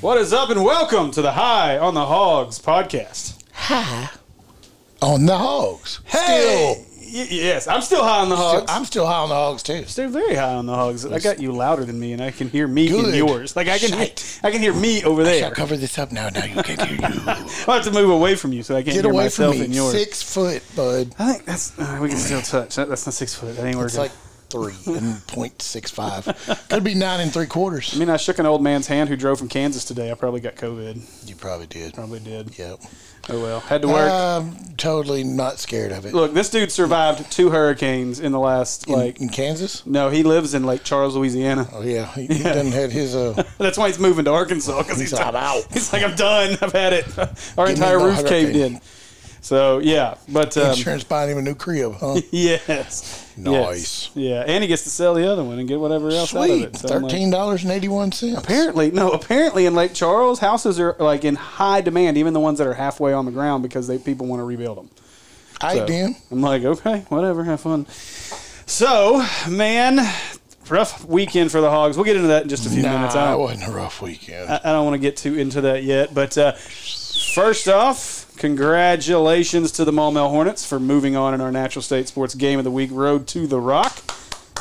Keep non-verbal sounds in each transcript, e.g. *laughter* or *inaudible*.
What is up, and welcome to the High on the Hogs podcast. on the hogs. Y- yes, I'm still high on the Still, hogs. I'm still high on the hogs too. They're very high on the hogs. I got you louder than me, and I can hear me and Good. yours. Like I can, hear, Shite. I can hear me over I'll there. cover this up now. Now you can *laughs* hear you. I have to move away from you so I can't Get hear away from myself me. and yours. Six foot, bud. I think that's uh, we can still touch. That, that's not six foot. That ain't working. It's like three and point six five. Could be nine and three I quarters. mean, I shook an old man's hand who drove from Kansas today. I probably got COVID. You probably did. Probably did. Yep. Oh well, had to work. I'm totally not scared of it. Look, this dude survived two hurricanes in the last in, like. in Kansas. No, he lives in Lake Charles, Louisiana. Oh yeah, he, he done had his uh. That's why he's moving to Arkansas because he's, He's like, done- "Ow." He's like, I'm done. I've had *laughs* it. Our Give me entire the roof caved hurricane. in. So yeah, but *laughs* um, Insurance buying him a new crib, huh? yes, Nice. Yes. Yeah, and he gets to sell the other one and get whatever else out of Sweet, it. So I'm like- thirteen dollars and eighty one cents. apparently, no, apparently in Lake Charles, houses are like in high demand, even the ones that are halfway on the ground because they people want to rebuild them. I So, damn. I'm like, okay, whatever, have fun. So, man, rough weekend for the Hogs. We'll get into that in just a few minutes. Uh, I Nah, it don't, wasn't a rough weekend. I I don't want to get too into that yet. But uh, first off, congratulations to the Maumelle Hornets for moving on in our Natural State Sports Game of the Week Road to the Rock.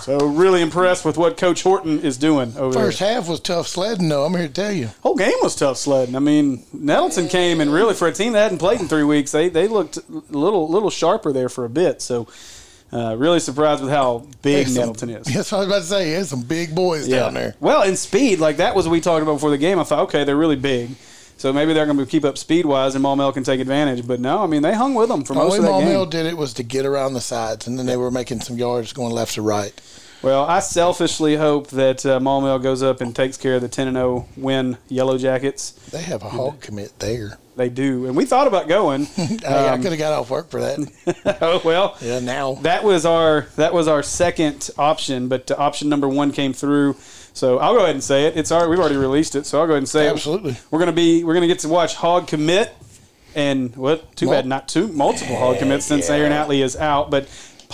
So, really impressed with what Coach Horton is doing over there. First half was tough sledding, though. I'm here to tell you. Whole game was tough sledding. I mean, Nettleton came and really for a team that hadn't played in three weeks, they they looked a little little sharper there for a bit. So, uh, really surprised with how big There's some- Nettleton *laughs* is. That's what I was about to say. There's some big boys down there. Well, and speed like that was what we talked about before the game. I thought, okay, they're really big, so maybe they're going to keep up speed wise, and Maumelle can take advantage. But no, I mean they hung with them for The most way of that game. Maumelle did it was to get around the sides, and then they were making some yards going left to right. Well, I selfishly hope that uh, Maumelle goes up and takes care of the ten and zero win Yellow Jackets. They have a hog commit there. They do, and we thought about *laughs* going. Hey, I Um, could have got off work *laughs* for that. oh well. yeah, now That was our that was our second option, but uh, option number one came through. So I'll go ahead and say it. It's our we've already released it, so I'll go ahead and say Absolutely. it. We're gonna be we're gonna get to watch Hog commit and what? Too Mul- bad not two multiple Hog commits since yeah. Aaron Outley is out, but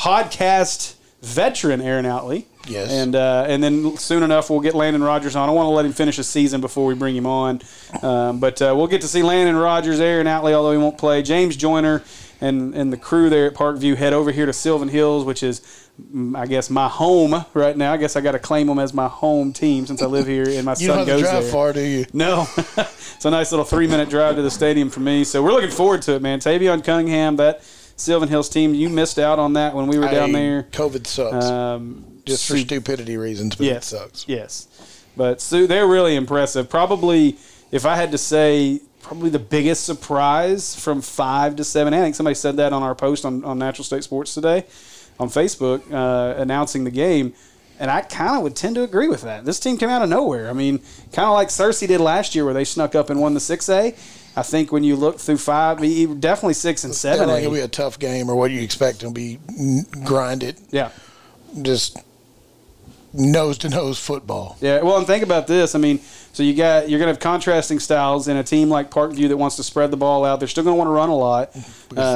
podcast veteran Aaron Outley. Yes. And uh, and then soon enough we'll get Landon Rogers on. I want to let him finish a season before we bring him on, um, but uh, we'll get to see Landon Rogers, Aaron Outley, although he won't play. James Joyner and and the crew there at Parkview head over here to Sylvan Hills, which is mm, I guess my home right now. I guess I got to claim them as my home team since I live here and my you son don't have goes to drive there. far, do you? No, *laughs* it's a nice little three minute drive to the stadium for me. So we're looking forward to it, man. Tavion Cunningham, that Sylvan Hills team, you missed out on that when we were down Hey, there. COVID sucks, Um, just for su- stupidity reasons, but it yes, sucks. yes. But Sue, they're really impressive. Probably, if I had to say, probably the biggest surprise from five to seven. I think somebody said that on our post on, on Natural State Sports today on Facebook uh, announcing the game. And I kind of would tend to agree with that. This team came out of nowhere. I mean, kind of like Cersei did last year, where they snuck up and won the 6A. I think when you look through five, e- definitely six and I seven. think it'll be a tough game, or what do you expect? It'll be n- grind it, yeah. just nose to nose football. Yeah, well, and think about this. I mean, so you got you're going to have contrasting styles in a team like Parkview that wants to spread the ball out. They're still going to want to run a lot *laughs* Uh,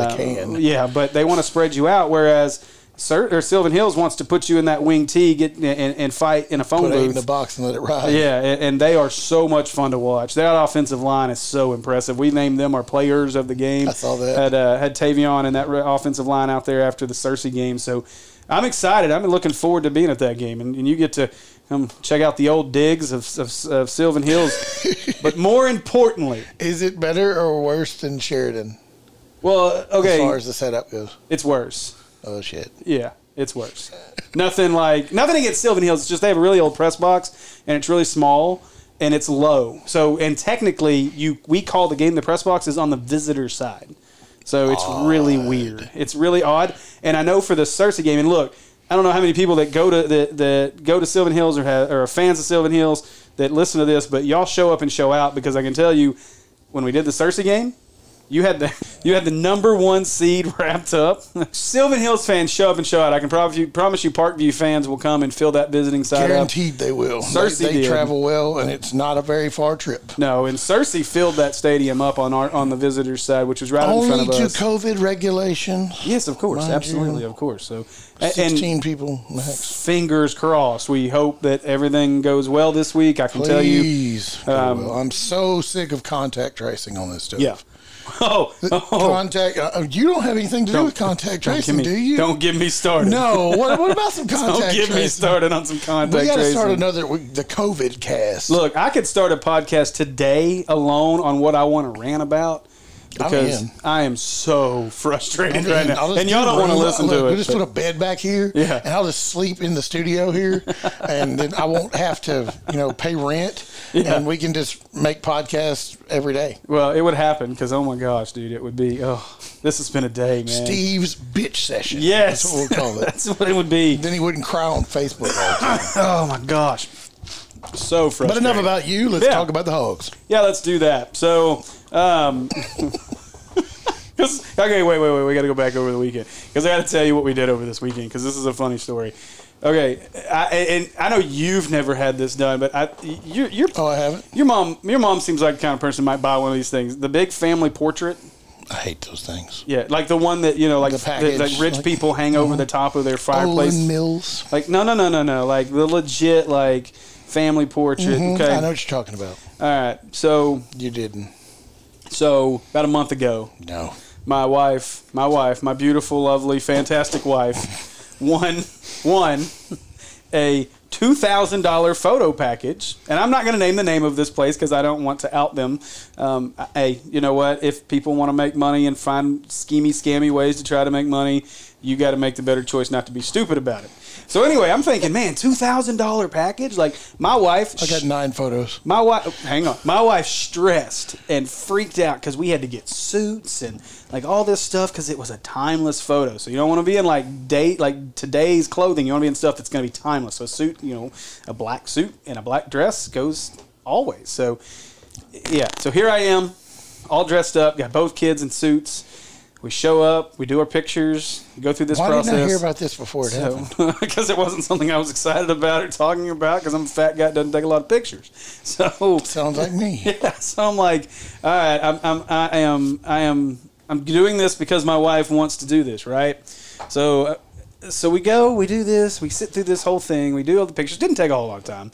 Because they can. Yeah, but they want to spread you out. Whereas, Sir, or Sylvan Hills wants to put you in that wing tee, get and, and fight in a phone Put it in booth. the box and let it ride. Yeah, and, and they are so much fun to watch. That offensive line is so impressive. We named them our players of the game. I saw that. Had, uh, had Tavion and that re- offensive line out there after the Cersei game. So I'm excited. I'm looking forward to being at that game. And, and you get to um, check out the old digs of, of, of Sylvan *laughs* Hills. but more importantly, Is it better or worse than Sheridan well, okay, as far as the setup goes? it's worse. Oh shit! Yeah, it's worse. nothing like nothing against Sylvan Hills. It's just they have a really old press box and it's really small and it's low. So and technically you we call the game the press box is on the visitor side. So it's really weird. It's really odd. And I know for the Cersei game and look, I don't know how many people that go to that, that go to Sylvan Hills or have, or are fans of Sylvan Hills that listen to this, but y'all show up and show out because I can tell you when we did the Cersei game, You had the *laughs* you had the number one seed *laughs* wrapped up. Sylvan Hills fans show up and show out. I can promise you, promise you, Parkview fans will come and fill that visiting side up. Guaranteed they will. Cersei they they did. travel well, and it's not a very far trip. No, and Cersei filled that stadium up on our on the visitors side, which was right in Only front of to us. COVID regulation. yes, of course, Mind you. absolutely, of course. So, a- and 16 people max. fingers crossed. We hope that everything goes well this week. I can tell you. um, Please. Well, I'm so sick of contact tracing on this stuff. Yeah. *laughs* Oh, oh Contact. Uh, you don't have anything to do with contact don't tracing, get me, do you? Don't get me started. No. What, what about some *laughs* contact Don't get tracing? me started on some contact We got to tracing. start another we- the COVID cast. Look, I could start a podcast today alone on what I want to rant about because in. I am so *laughs* frustrated And- right and I'll now. just And y'all do don't want to room- listen look, to We it. just but- put a bed back here, Yeah. and I'll just sleep in the *laughs* studio here, and then I won't have to, you know, pay rent, and we can just make podcasts every day. well, it would happen because oh my gosh, dude, it would be. Oh, this has been a day, man. *laughs* Steve's bitch session. yes, that's what we'll call it. *laughs* That's what it would *laughs* be. then he wouldn't cry *laughs* on Facebook. All the time. Oh my gosh, so frustrating. But enough about you. Let's Yeah. talk about the hogs. Yeah, let's do that. So, um, *laughs* 'cause- okay, wait, wait, wait. We got to go back over the weekend because I got to tell you what we did over this weekend because this is a funny story. Okay, I, and I know you've never had this done, but I, you, you're. Oh, I haven't. Your mom, your mom seems like the kind of person who might buy one of these things. The big family portrait, I hate those things. yeah, like the one that you know, like The that, package, like rich like- uh-huh. people hang over the top of their fireplace. Olin Mills. Like no, no, no, no, no. Like the legit like family portrait. Okay, Mm, Mm-hmm, I know what you're talking about. all right. So, You didn't. so about a month ago, No. my wife, my wife, my beautiful, lovely, fantastic wife, won won a two thousand dollar photo package, and I'm not going to name the name of this place because I don't want to out them. Um, I- hey, you know what? If people want to make money and find schemy, scammy ways to try to make money, you got to make the better choice not to be stupid about it. So anyway, I'm thinking, man, two thousand dollar package. Like my wife, I got nine photos. my wife, hang on. My wife stressed and freaked out because we had to get suits and like all this stuff because it was a timeless photo. So you don't want to be in like date like today's clothing. You want to be in stuff that's going to be timeless. So a suit, you know, a black suit and a black dress goes always. So yeah. So here I am, all dressed up. Got both kids in suits. We show up. We do our pictures. We go through this Why process didn't I hear about this before it happened? because it wasn't something *laughs* I was excited about or talking about because I'm a fat guy that doesn't take a lot of pictures. *laughs* So Sounds like me. *laughs* yeah, so I'm like, all right, I'm, I'm I am I am I'm doing this because my wife wants to do this, right? So uh, so we go, we do this, we sit through this whole thing, we do all the pictures. Didn't take a whole lot of time.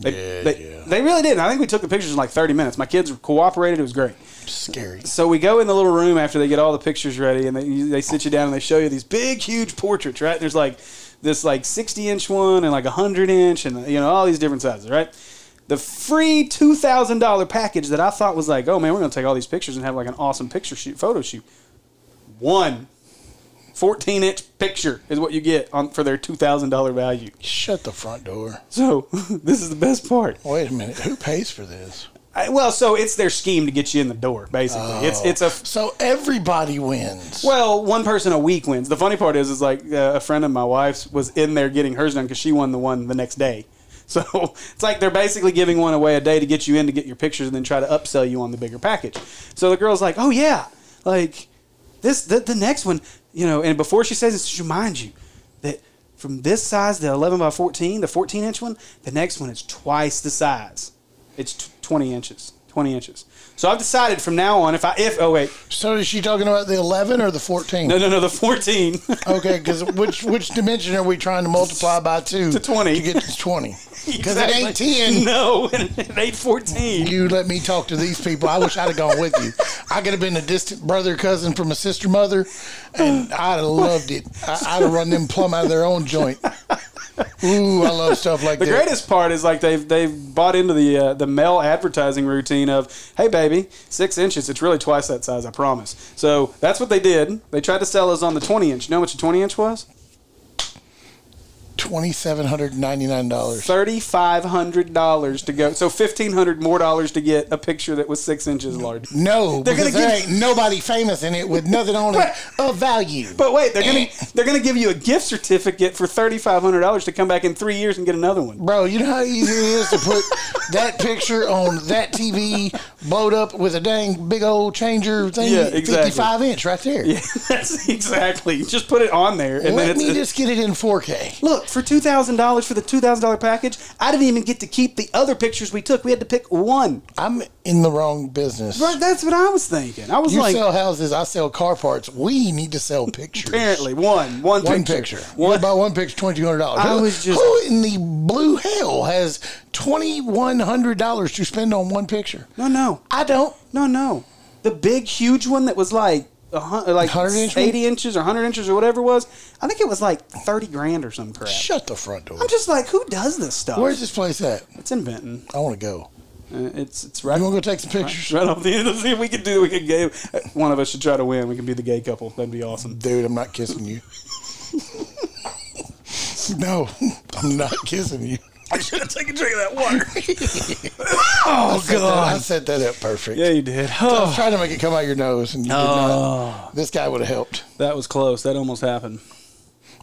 They, Yeah, they, yeah. they really didn't. I think we took the pictures in like 30 minutes. My kids cooperated. It was great. Scary. So we go in the little room after they get all the pictures ready, and they, they sit you down and they show you these big, huge portraits, right? There's like this like 60 inch one and like a 100 inch, and you know all these different sizes, right? The free two thousand dollar package that I thought was like, oh man, we're gonna take all these pictures and have like an awesome picture shoot, photo shoot. One 14 inch picture is what you get on for their two thousand dollar value. Shut the front door. So *laughs* this is the best part. Wait a minute. Who pays for this? I, well, so it's their scheme to get you in the door, basically. It's it's a So everybody wins. Well, one person a week wins. The funny part is, is like uh, a friend of my wife's was in there getting hers done because she won the one the next day. *laughs* So it's like they're basically giving one away a day to get you in to get your pictures and then try to upsell you on the bigger package. So the girl's like, "Oh yeah, like this the, the next one, you know." And before she says it, she reminds you that from this size, the 11 by 14, the 14 inch one, the next one is twice the size. It's t- 20 inches. 20 inches. So I've decided from now on if I if oh wait So is she talking about the 11 or the 14? no no no the *laughs* 14 Okay, because which which dimension are we trying to multiply by two to 20. to get to 20? *laughs* Because Exactly. it ain't 10. No, *laughs* it ain't 14. You let me talk to these people. I wish I'd have gone with you. I could have been a distant brother, cousin from a sister, mother, and I'd have loved it. I, I'd have run them plumb out of their own joint. Ooh, I love stuff like The that. greatest part is like they've they've bought into the uh, the male advertising routine of hey baby six inches it's really twice that size I promise so that's what they did they tried to sell us on the twenty inch you know how much a twenty inch was twenty seven hundred ninety nine dollars. Thirty five hundred dollars to go, so fifteen hundred more dollars to get a picture that was six inches large. No, They're gonna because there give- ain't nobody famous in it with nothing on it of value. But wait, they're *laughs* gonna they're gonna give you a gift certificate for thirty five hundred dollars to come back in three years and get another one. *laughs* Bro, you know how easy it is to put that picture on that TV, blowed up with a dang big old changer thing, Yeah, exactly. 55 inch right there. That's exactly. Just put it on there, and then Let it's me just get it in 4K. look for two thousand dollars for the two thousand dollar package. I didn't even get to keep the other pictures we took. We had to pick one. I'm in the wrong business. But that's what I was thinking. I was You like, sell houses, I sell car parts. We need to sell pictures. apparently one, one, One picture, picture. What one. about one picture? Twenty two hundred dollars. I was just- who in the blue hell has twenty one hundred dollars to spend on one picture? No, no, I don't. no, no. The big, huge one that was like. A hun- like 100 inch one? eighty inches or hundred inches or whatever it was, I think it was like thirty grand or some crap. Shut the front door. I'm just like, who does this stuff? Where's this place at? It's in Benton. I want to go. Uh, it's it's You right, *laughs* want to go take some pictures, right off the end. Let's see if we can do. We can gay. One of us should try to win. We can be the gay couple. That'd be *laughs* awesome. dude? I'm not kissing you. *laughs* no, *laughs* I'm not kissing you. I should have taken a drink of that water. Oh God! I set that up perfect. yeah, you did. I Oh, was trying to make it come out your nose, and you did not. This guy would have helped. that was close. That almost happened.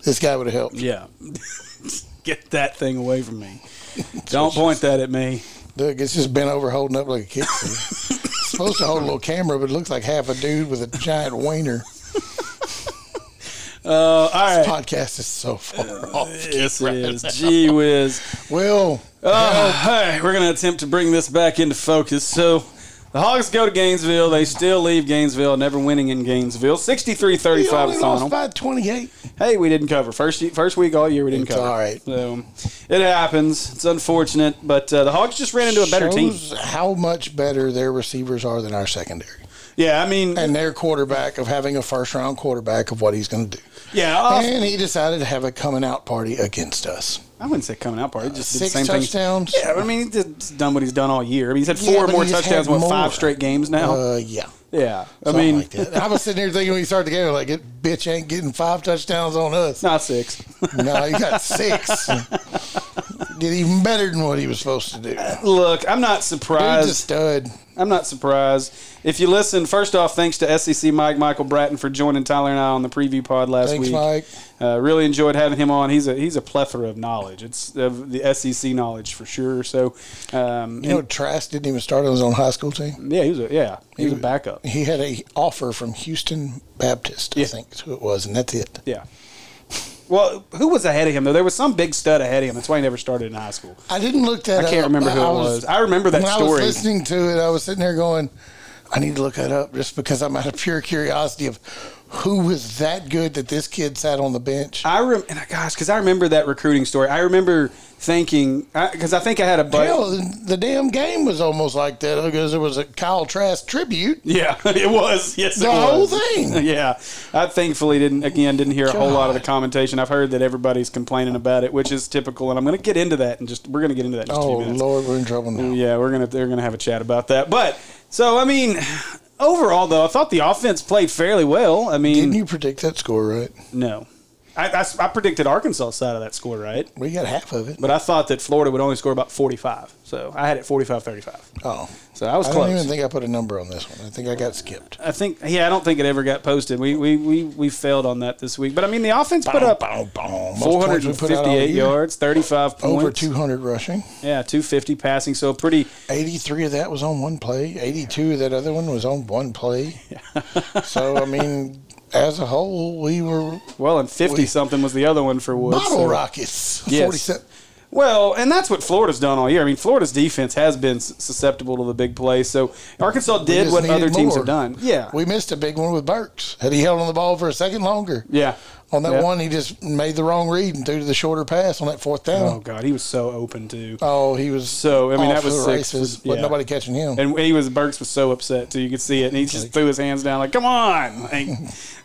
This guy would have helped. *laughs* Yeah. Get that thing away from me. Don't point that at me. Look, it's just bent over holding up like a *laughs* kid. supposed to hold a little camera, but it looks like half a dude with a giant wiener. Uh, all right. Podcast is so far off. Yes, it is. Gee *laughs* whiz. Well, Uh, hey, we're going to attempt to bring this back into focus. So the Hogs go to Gainesville. They still leave Gainesville, never winning in Gainesville. 63 we 35 only the lost final. by 28. Hey, we didn't cover. First, first week all year, we didn't It's cover. all right. So it happens. It's unfortunate, but uh, the Hogs just ran into a better team. Shows how much better their receivers are than our secondary. Yeah, I mean, And their quarterback of having a first round quarterback of what he's going to do. yeah. I'll- And he decided to have a coming out party against us. I wouldn't say coming out party. Just did the Six same thing. touchdowns. Yeah, I mean, he's just done what he's done all year. I mean, he's had Yeah, four but more he just touchdowns, had what, more. five straight games now? Uh, yeah. yeah. I Something mean, like that. I was sitting here thinking when you started the game, like, "It bitch ain't getting five touchdowns on *laughs* us. not *laughs* six. No, he *laughs* got six. Did even better than what he was supposed to do. He's Look, I'm not surprised. a stud. I'm not surprised. If you listen, first off, thanks to SEC Mike Michael Bratton for joining Tyler and I on the preview pod last Thanks, week. Mike. Uh, really enjoyed having him on. He's a he's a plethora of knowledge. It's of the SEC knowledge for sure. So, um, You know, Trask didn't even start on his own high school team. and- yeah, he was a yeah he was a backup. He had a offer from Houston Baptist, I Yeah. think is who it was, and that's it. Yeah. Well, who was ahead of him though? There was some big stud ahead of him. That's why he never started in high school. I didn't look that I up. can't remember who it was. I remember that when story. I was listening to it, I was sitting there going, I need to look that up just because I'm out of pure curiosity of who was that good that this kid sat on the bench. I rem- and I- gosh, because I remember that recruiting story. I remember thinking because I, think I had a buddy. Hell, the, the damn game was almost like that because it was a Kyle Trask tribute. Yeah, *laughs* it was. Yes, The it whole was. *laughs* thing. Yeah, I thankfully didn't. Again, didn't hear a whole lot of the God. commentation. I've heard that everybody's complaining about it, which is typical. And I'm going to get into that, and just we're going to get into that. In just a few Oh minutes. Lord, we're in trouble now. Yeah, we're gonna they're gonna have a chat about that. But so I mean, overall though, I thought the offense played fairly well. I mean, Didn't you predict that score right? no, I, I s- I predicted Arkansas side of that score right, We got half of it. but I thought that Florida would only score about forty five. So I had it 45-35. Oh, So I was I close. don't even think I put a number on this one. I think I got skipped. I think yeah, I don't think it ever got posted. We we we, we failed on that this week. But I mean, the offense put up Boom, boom, boom. Most four points hundred we and put out all fifty eight year. yards, thirty five points, over two hundred rushing. yeah, two fifty passing. So pretty. Eighty-three of that was on one play. Eighty-two of that other one was on *laughs* one play. so I mean, as a whole, we were Well, and fifty We- something was the other one for Woods. bottle so- rockets. Yes. 47. Well, and that's what Florida's done all year. I mean, Florida's defense has been s- susceptible to the big play. So Arkansas We did just what needed other teams more. have done. Yeah, we missed a big one with Burks. Had he held on the ball for a second longer, yeah. On that Yeah. one, he just made the wrong read and threw to the shorter pass on that fourth Oh down. God, he was so open too, Oh, he was So, I mean, that off was to the six. races, Yeah. but nobody catching him. and he was Burks was so upset too. You could see it, and he just threw his hands down like, "Come on!" Like,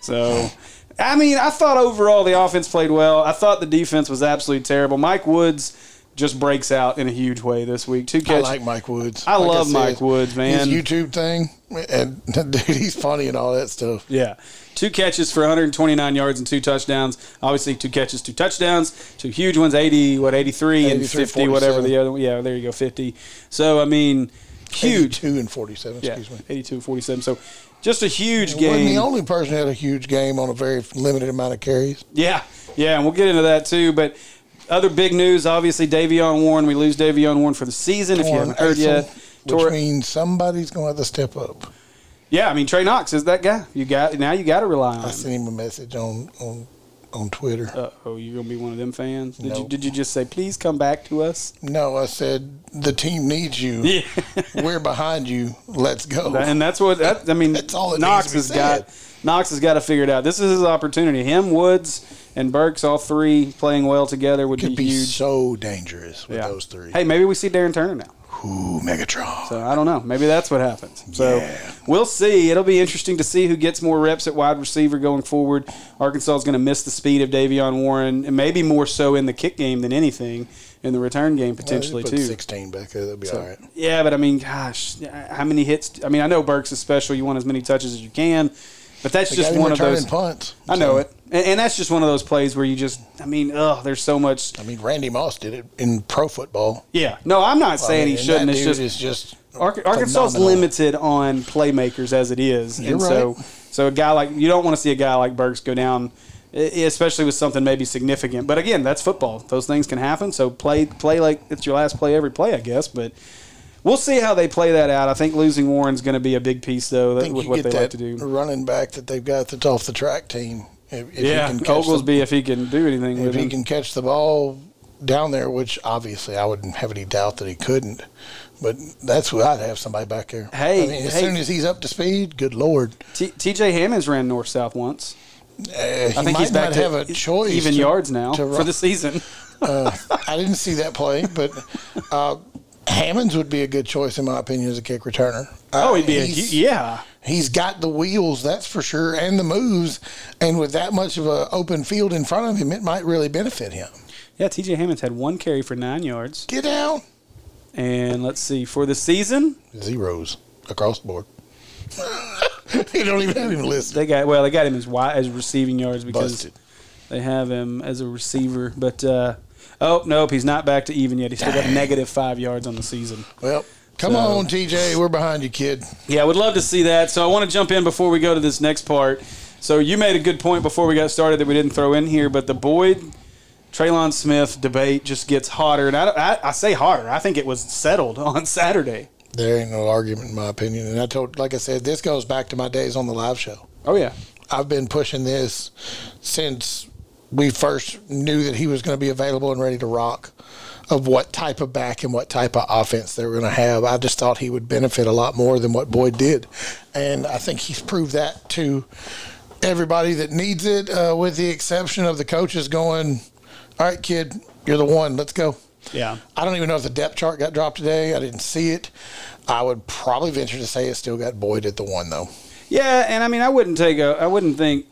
so. I mean, I thought overall the offense played well. I thought the defense was absolutely terrible. Mike Woods just breaks out in a huge way this week. Two I catches. like Mike Woods. I love said, Mike Woods, man. His YouTube thing, and *laughs* dude, he's funny and all that stuff. Yeah. Two catches for 129 yards and two touchdowns. Obviously, two catches, two touchdowns. Two huge ones, 80, what, 83, and 83, 50, whatever 47. the other one. Yeah, there you go, 50. So, I mean, huge. two and forty-seven. Excuse yeah, me. 82 47. So, just a huge Wasn't the game. only person who had a huge game on a very limited amount of carries. Yeah, yeah, and we'll get into that too. But other big news, obviously, Davion Warren. We lose Davion Warren for the season. If you Torn haven't heard ACL, yet, which Tor- means somebody's going to have to step up. yeah, I mean Trey Knox is that guy. You got now. You got to rely on. I sent him a message on on on Twitter. Oh, you're gonna be one of them fans. Did you No. did you just say please come back to *laughs* us? No, I said the team needs you. Yeah, We're behind you. Let's go. and that's what that, I mean. That's all it Knox has needs to be said. got. Knox has got to figure it out. This is his opportunity. Him, Woods, and Burks, all three playing well together would Could be be huge. so dangerous with Yeah. those three. Hey, maybe we see Darren Turner now. Ooh, Megatron. So I don't know. Maybe that's what happens. So Yeah. we'll see. It'll be interesting to see who gets more reps at wide receiver going forward. Arkansas is going to miss the speed of Davion Warren, and maybe more so in the kick game than anything in the return game potentially Put too. Sixteen back there. That'll be all right. Yeah, but I mean, gosh, how many hits? I mean, I know Burks is special. You want as many touches as you can, but that's They just got him one of returning those. punts. I know So, it, and, and that's just one of those plays where you just, I mean, ugh, there's so much. I mean, Randy Moss did it in pro football. Yeah, no, I'm not I saying mean, he and shouldn't. That It's dude just is just Ar- Arkansas's phenomenal. limited on playmakers as it is, You're and right. so so a guy like you don't want to see a guy like Burks go down, e- especially with something maybe significant. But again, that's football; those things can happen. So play play like it's your last play every play, I guess. But we'll see how they play that out. I think losing Warren's going to be a big piece though I that, think with you what get they that like to do. running back that they've got that's off the track team. If, if he Yeah, can catch the- Oglesby, if he can do anything if with he him. can catch the ball down there, which obviously I wouldn't have any doubt that he couldn't. But that's who I'd have somebody back there. Hey, I mean, as hey. soon as he's up to speed, good lord, T- T.J. Hammonds ran north south once. uh, he I think might he's back not to e, have a choice. even to- yards now to for run. the season. uh, I didn't see that play, but uh, Hammonds would be a good choice in my opinion as a kick returner. Uh, Oh, he'd be a, he's- hu- yeah. He's got the wheels, that's for sure, and the moves, and with that much of an open field in front of him, it might really benefit him. Yeah, TJ Hammonds had one carry for nine yards. Get out And let's see, for the season, zeros across the *laughs* board. you don't even have him listed. they got well, they got him as wide as receiving yards because Busted. they have him as a receiver. But uh, oh nope, he's not back to even yet. He's still got negative five yards on the season. Well, come So- on, TJ, we're behind you, kid. Yeah, I would love to see that. So I want to jump in before we go to this next part. So you made a good point before we got started that we didn't throw in here, but the Boyd Traylon Smith debate just gets hotter, and I, I, I say hotter. I think it was settled *laughs* on Saturday. There ain't no argument in my opinion, and I told, like I said, this goes back to my days on the live show. Oh yeah, I've been pushing this since we first knew that he was going to be available and ready to rock of what type of back and what type of offense they were going to have. I just thought he would benefit a lot more than what Boyd did. And I think he's proved that to everybody that needs it, uh, with the exception of the coaches going, All right, kid, you're the one. Let's go. yeah. I don't even know if the depth chart got dropped today. I didn't see it. I would probably venture to say it still got Boyd at the one, though. Yeah, and I mean, I wouldn't take a, I wouldn't think.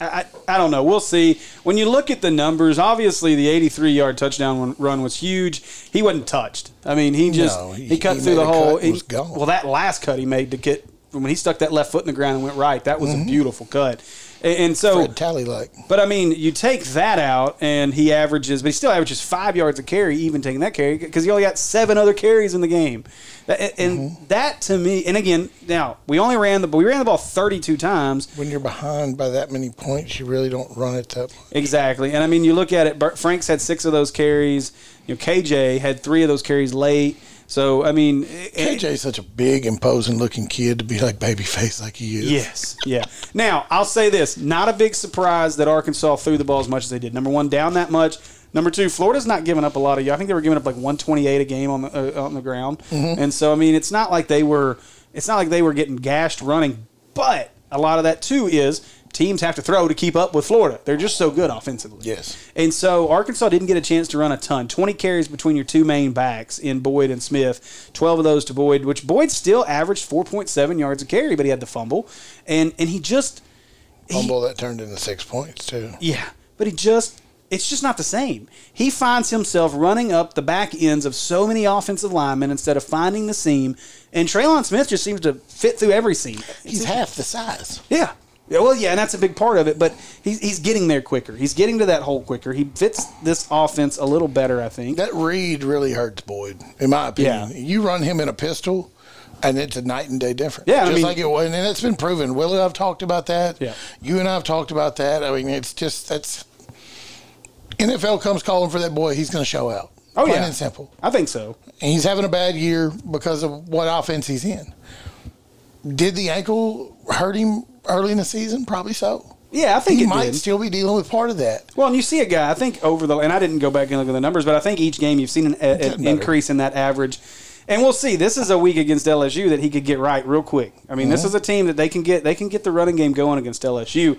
I, I, I don't know. We'll see. When you look at the numbers, obviously the 83 yard touchdown run- run was huge. He wasn't touched. I mean, he just No, he, he- cut he through made the a cut hole. and He- was gone. Well, that last cut he made to get when he stuck that left foot in the ground and went right. That was a beautiful cut. And, and so, Mm-hmm. Fred Tally, like. but I mean, you take that out and he averages, but he still averages five yards a carry, even taking that carry because he only got seven other carries in the game. That- And that to me, and again, now we only ran the we ran the ball thirty two times when you're behind by that many points, you really don't run it that. much. exactly. And I mean, you look at it. Bur- Frank's had six of those carries. You know, KJ had three of those carries late. So I mean, it- KJ's such a big, imposing looking kid to be like babyface like he is. Yes, yeah. Now I'll say this: not a big surprise that Arkansas threw the ball as much as they did. Number one, down that much. Number two, Florida's not giving up a lot of. I think they were giving up like 128 a game on the uh, on the ground, and so I mean, it's not like they were. It's not like they were getting gashed running, but a lot of that too is teams have to throw to keep up with Florida. They're just so good offensively. Yes. And so Arkansas didn't get a chance to run a ton. 20 carries between your two main backs in Boyd and Smith, 12 of those to Boyd, which Boyd still averaged 4.7 yards a carry, but he had the fumble. And and he just Fumble that turned into six points too. yeah, but he just it's just not the same. He finds himself running up the back ends of so many offensive linemen instead of finding the seam. And Traylon Smith just seems to fit through every seam. He's half the size. Yeah. Yeah, well, yeah, and that's a big part of it, but he's, he's getting there quicker. He's getting to that hole quicker. He fits this offense a little better, I think. That read really hurts Boyd, in my opinion. Yeah. You run him in a pistol, and it's a night and day difference. Yeah, I just mean- like it was, and it's been proven. Will and I've talked about that. Yeah. you and I've talked about that. I mean, it's just that's NFL comes calling for that boy. He's going to show out. Oh, Plain yeah. and simple. I think so. And he's having a bad year because of what offense he's in. Did the ankle hurt him early in the season? Probably so. Yeah, I think He it might did. still be dealing with part of that. Well, and you see a guy. I think over the and I didn't go back and look at the numbers, but I think each game you've seen an, a, Getting an better. increase in that average. And we'll see. This is a week against LSU that he could get right real quick. I mean, Uh-huh. this is a team that they can get they can get the running game going against LSU.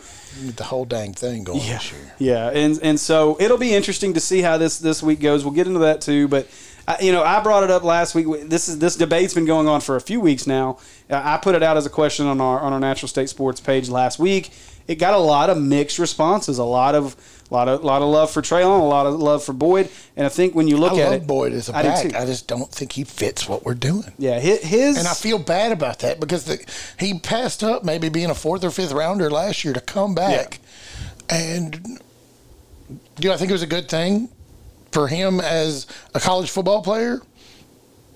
The whole dang thing going this year. Yeah, and and so it'll be interesting to see how this this week goes. We'll get into that too, but. I, you know, I brought it up last week. This is this debate's been going on for a few weeks now. Uh, I put it out as a question on our on our Natural State Sports page last week. It got a lot of mixed responses, a lot of lot of lot of love for Traylon, a lot of love for Boyd, and I think when you look I at love it, Boyd as a I do back. too. I just don't think he fits what we're doing. yeah, hi- his And I feel bad about that because the, he passed up maybe being a fourth or fifth rounder last year to come back. And do I think it was a good thing for him as a college football player?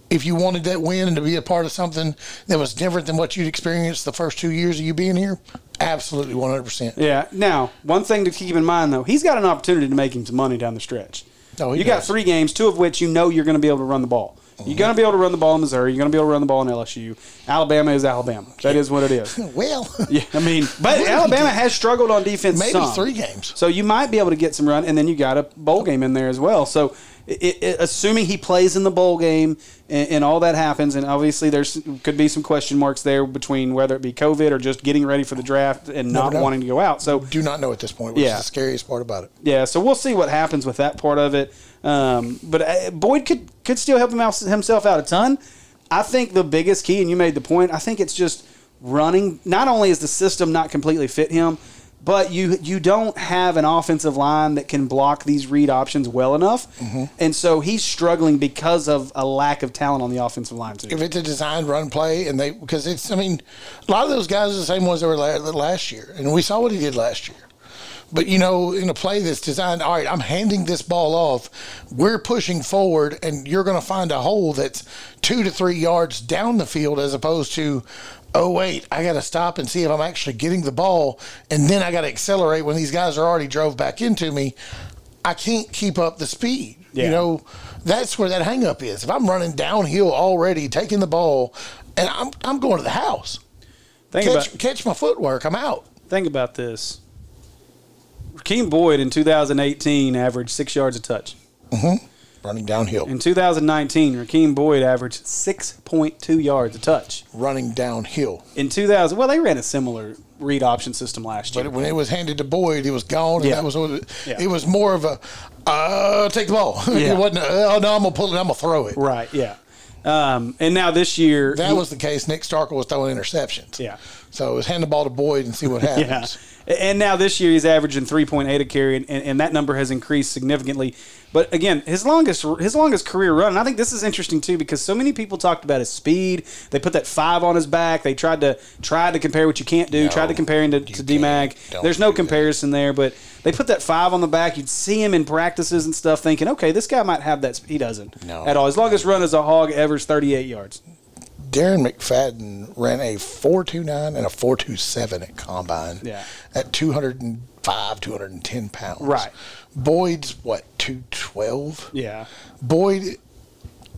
If you wanted that win and to be a part of something that was different than what you'd experienced the first two years of you being here, absolutely 100%. Yeah. Now, one thing to keep in mind though, he's got an opportunity to make him some money down the stretch. Oh, he you got does. Mm-hmm. three games, two of which you know you're going to be able to run the ball. You're going to be able to run the ball in Missouri. You're going to be able to run the ball in LSU. Alabama is Alabama. That is what it *laughs* is. Well, Yeah, I mean, but What did Alabama he do? has struggled on defense. maybe some. three games. So you might be able to get some run, and then you got a bowl game in there as well. So, i i assuming he plays in the bowl game and, and all that happens, and obviously there's could be some question marks there between whether it be COVID or just getting ready for the draft and not know. wanting to go out. So *laughs* Do not know at this point, which Yeah. is the scariest part about it. yeah, so we'll see what happens with that part of it. Um, but uh, Boyd could could still help him out, himself out a ton. I think the biggest key, and you made the point. I think it's just running. Not only is the system not completely fit him, but you you don't have an offensive line that can block these read options well enough, Mm-hmm. and so he's struggling because of a lack of talent on the offensive line too. if it's a designed run play and they because it's I mean a lot of those guys are the same ones that were la- last year and we saw what he did last year. But you know, in a play that's designed, all right, I'm handing this ball off. We're pushing forward, and you're going to find a hole that's two to three yards down the field, as opposed to, oh wait, I got to stop and see if I'm actually getting the ball, and then I got to accelerate when these guys are already drove back into me. I can't keep up the speed. Yeah. You know, that's where that hangup is. If I'm running downhill already, taking the ball, and I'm I'm going to the house. Think Catch, catch my footwork. I'm out. Think about this. Raheem Boyd in 2018 averaged six yards a touch. Running downhill. In 2019, Raheem Boyd averaged 6.2 yards a touch. Running downhill. In 2000, well, they ran a similar read option system last But year. when it was handed to Boyd, it was gone. And Yeah. that was what it, Yeah. it was more of a uh, take the ball. *laughs* Yeah. it wasn't. a, Oh no, I'm gonna pull it. I'm gonna throw it. Right, yeah. Um, and now this year, That he- was the case. Nick Starkle was throwing interceptions. Yeah. So it was hand the ball to Boyd and see *laughs* what yeah. happens. And now this year he's averaging 3.8 a carry, and, and that number has increased significantly. But again, his longest his longest career run, and I think this is interesting too because so many people talked about his speed. They put that five on his back. They tried to tried to compare what you can't do. tried to compare him to, to can't. DMAC. Don't There's no do that. comparison there, but they put that five on the back. You'd see him in practices and stuff, thinking, okay, this guy might have that. Sp-. He doesn't No. at all. His longest run as a hog averaged 38 yards. Darren McFadden ran a 429 and a 427 at combine. Yeah. At 205, 210 pounds. Right. Boyd's what, 212? Yeah, Boyd,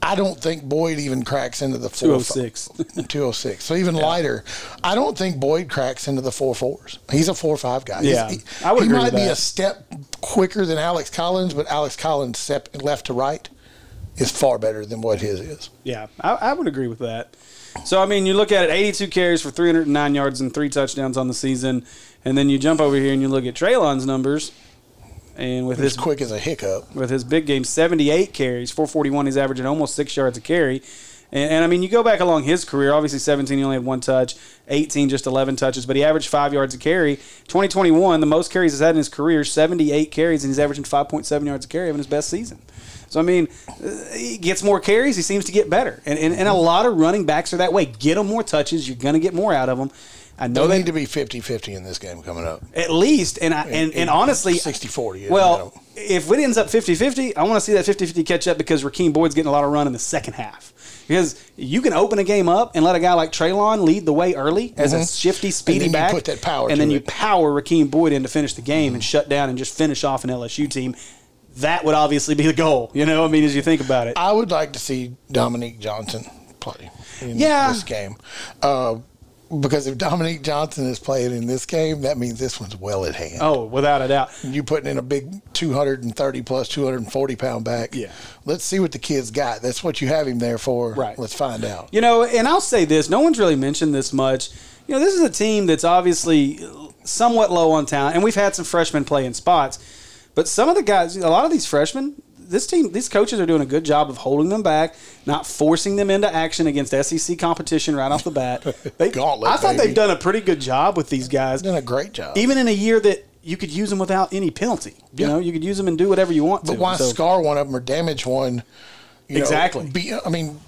I don't think Boyd even cracks into the *laughs* 206. 206. So even lighter. I don't think Boyd cracks into the four fours. He's a four five guy. Yeah, He's- he, I would he agree might with be that. a step quicker than Alex Collins, but Alex Collins' step left to right is far better than what his is. Yeah, I, I would agree with that. So I mean, you look at it: 82 carries for 309 yards and three touchdowns on the season, and then you jump over here and you look at Traylon's numbers, and with As his quick as a hiccup. with his big game, 78 carries, 441, he's averaging almost six yards a carry. And, and I mean, you go back along his career. Obviously, 17, he only had one touch. 18, just 11 touches, but he averaged five yards a carry. 2021, the most carries he's had in his career, 78 carries, and he's averaging 5.7 yards a carry, having his best season. So, I mean, uh, he gets more carries, he seems to get better. And, and, and a lot of running backs are that way. Get them more touches, you're going to get more out of them. I know They'll they need to be 50-50 in this game coming up. at least, and I, and, and honestly, 60-40, yeah, Well, no. if it ends up 50 50, I want to see that 50 50 catch up because Raheem Boyd's getting a lot of run in the second half. Because you can open a game up and let a guy like Traylon lead the way early as a Mhm. shifty, speedy then you back. put that power and to then you it. Mm-hmm. power Raheem Boyd in to finish the game and shut down and just finish off an LSU team. That would obviously be the goal, you know. I mean, as you think about it, I would like to see Dominique Johnson play in Yeah. this game. Uh, because if Dominique Johnson is playing in this game, that means this one's well at hand. oh, without a doubt, You putting in a big 230 plus 240 pound back. Yeah. Let's see what the kid's got. That's what you have him there for. Right. Let's find out. You know, and I'll say this: no one's really mentioned this much. You know, this is a team that's obviously somewhat low on talent, and we've had some freshmen play in spots. But some of the guys, a lot of these freshmen, this team, these coaches are doing a good job of holding them back, not forcing them into action against SEC competition right off the *laughs* bat. They, Gauntlet, I thought baby. they've done a pretty good job with these guys, Done a great job. even in a year that you could use them without any penalty. You Yeah. know, you could use them and do whatever you want But to. why So- scar one of them or damage one? You know, Exactly. be, I mean,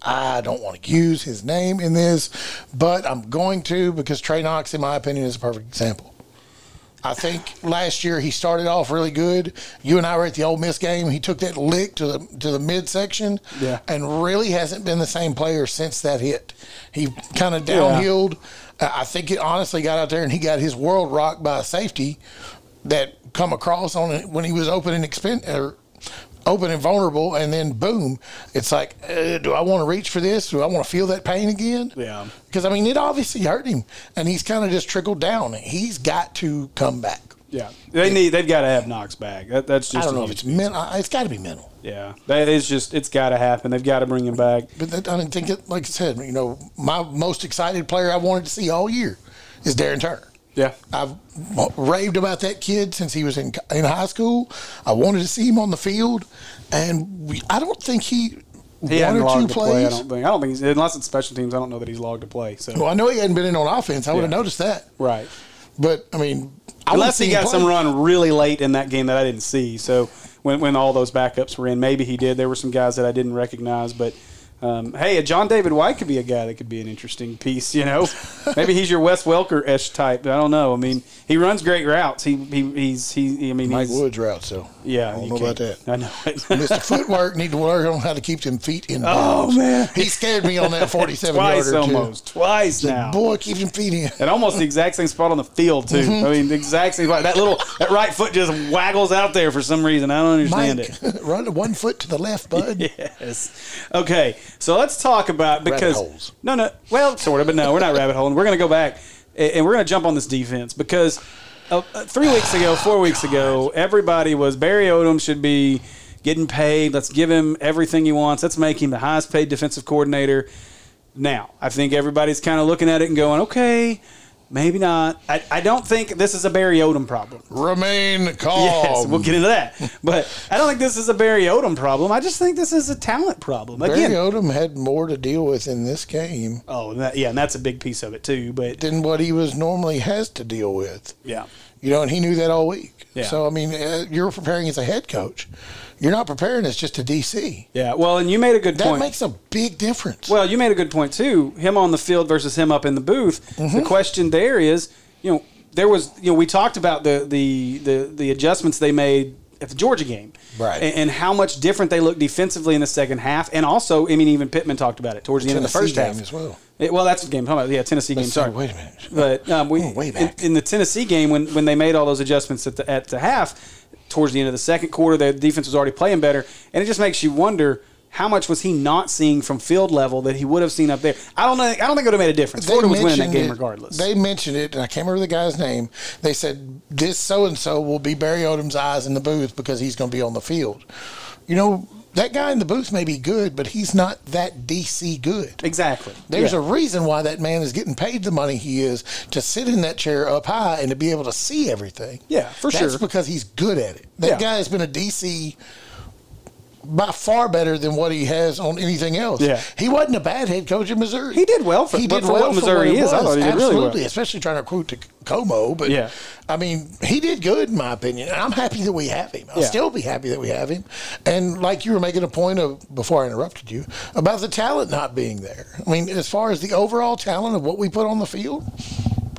I don't want to use his name in this, but I'm going to because Trey Knox, in my opinion, is a perfect example. I think last year he started off really good. You and I were at the Ole Miss game. He took that lick to the to the midsection, Yeah. and really hasn't been the same player since that hit. He kind of downhilled. Uh, I think he honestly got out there and he got his world rocked by a safety that come across on it when he was open and expen- or open and vulnerable, and then boom, it's like, uh, do I want to reach for this? Do I want to feel that pain again? Yeah. Because I mean, it obviously hurt him, and he's kind of just trickled down. He's got to come back. yeah, they need they've got to have Knox back. That, that's just I don't a know if huge it's mental. It's got to be mental. Yeah, that is just it's got to happen. They've got to bring him back. But that, I didn't think it. Like I said, you know, my most excited player I wanted to see all year is Darren Turner. Yeah, I've raved about that kid since he was in in high school. I wanted to see him on the field, and we, I don't think he, he one hadn't or two logged a play. I plays. don't think. I don't think he's, unless it's special teams. I don't know that he's logged a play. So well, I know he hadn't been in on offense. I would have Yeah. noticed that, right, but I mean, I wanna unless see he him got some play. run really late in that game that I didn't see. So when when all those backups were in, maybe he did. There were some guys that I didn't recognize, but. Um, hey, a John David White could be a guy that could be an interesting piece, you *laughs* know. Maybe he's your Wes Welker ish type. I don't know. I mean, he runs great routes. He, he he's he. I mean, Mike he's, Woods route. So Yeah, I don't you know about can't- that. *laughs* I know. it. Mr. Footwork need to learn on how to keep them feet in. *laughs* Oh, bounds. man. he scared me on that forty-seven Twice yarder too. almost. Twice now. Boy, keep them feet in. And almost the exact same spot on the field too. I mean, the exact same spot. That little that right foot just waggles out there for some reason. I don't understand Mike, it. *laughs* run one foot to the left, bud. Yes. Okay. So let's talk about because holes. no, no. Well, sort of, but no, we're not rabbit holing. We're going to go back and and we're going to jump on this defense because uh, uh, three weeks ago, four weeks ago, everybody was Barry Odom should be getting paid. Let's give him everything he wants. Let's make him the highest paid defensive coordinator. Now, I think everybody's kind of looking at it and going, okay, maybe not. I, I don't think this is a Barry Odom problem. Remain calm. Yes, we'll Um, get into that. But I don't think this is a Barry Odom problem. I just think this is a talent problem. Barry Again, Odom had more to deal with in this game oh, and that, yeah, and that's a big piece of it too. But than what he was normally has to deal with. yeah, You know, and he knew that all week. Yeah. So I mean, uh, you're preparing as a head coach. You're not preparing as just a DC. yeah. Well, and you made a good That point. makes a big difference. well, you made a good point too. Him on the field versus him up in the booth. Mm-hmm. The question there is, you know, there was, you know, we talked about the the the, the adjustments they made at the Georgia game, Right. And, and how much different they looked defensively in the second half, and also, I mean, even Pittman talked about it towards the end of the Tennessee first game half as well. It- well, that's the game. I'm talking about. Yeah, Tennessee game. Let's see, Sorry, wait a minute. But um, we Oh, way in- back. In, the Tennessee game when, when they made all those adjustments at the at the half, towards the end of the second quarter, the defense was already playing better, and it just makes you wonder how much was he not seeing from field level that he would have seen up there. I don't know. I don't think it would have made a difference. Florida was winning that mentioned game it- regardless. They mentioned it, and I can't remember the guy's name. They said this so and so will be Barry Odom's eyes in the booth because he's going to be on the field. You know, that guy in the booth may be good, but he's not that DC good. exactly. There's Yeah. a reason why that man is getting paid the money he is to sit in that chair up high and to be able to see everything. Yeah, for That's sure. because he's good at it. That Yeah. guy has been a DC by far better than what he has on anything else. Yeah. he wasn't a bad head coach in Missouri. He did well for- but for what for Missouri it is, I thought he did really well. absolutely, especially trying to recruit to Como. But Yeah. I mean, he did good in my opinion, and I'm happy that we have him. I'll Yeah. still be happy that we have him. And like you were making a point of before I interrupted you about the talent not being there. I mean, as far as the overall talent of what we put on the field,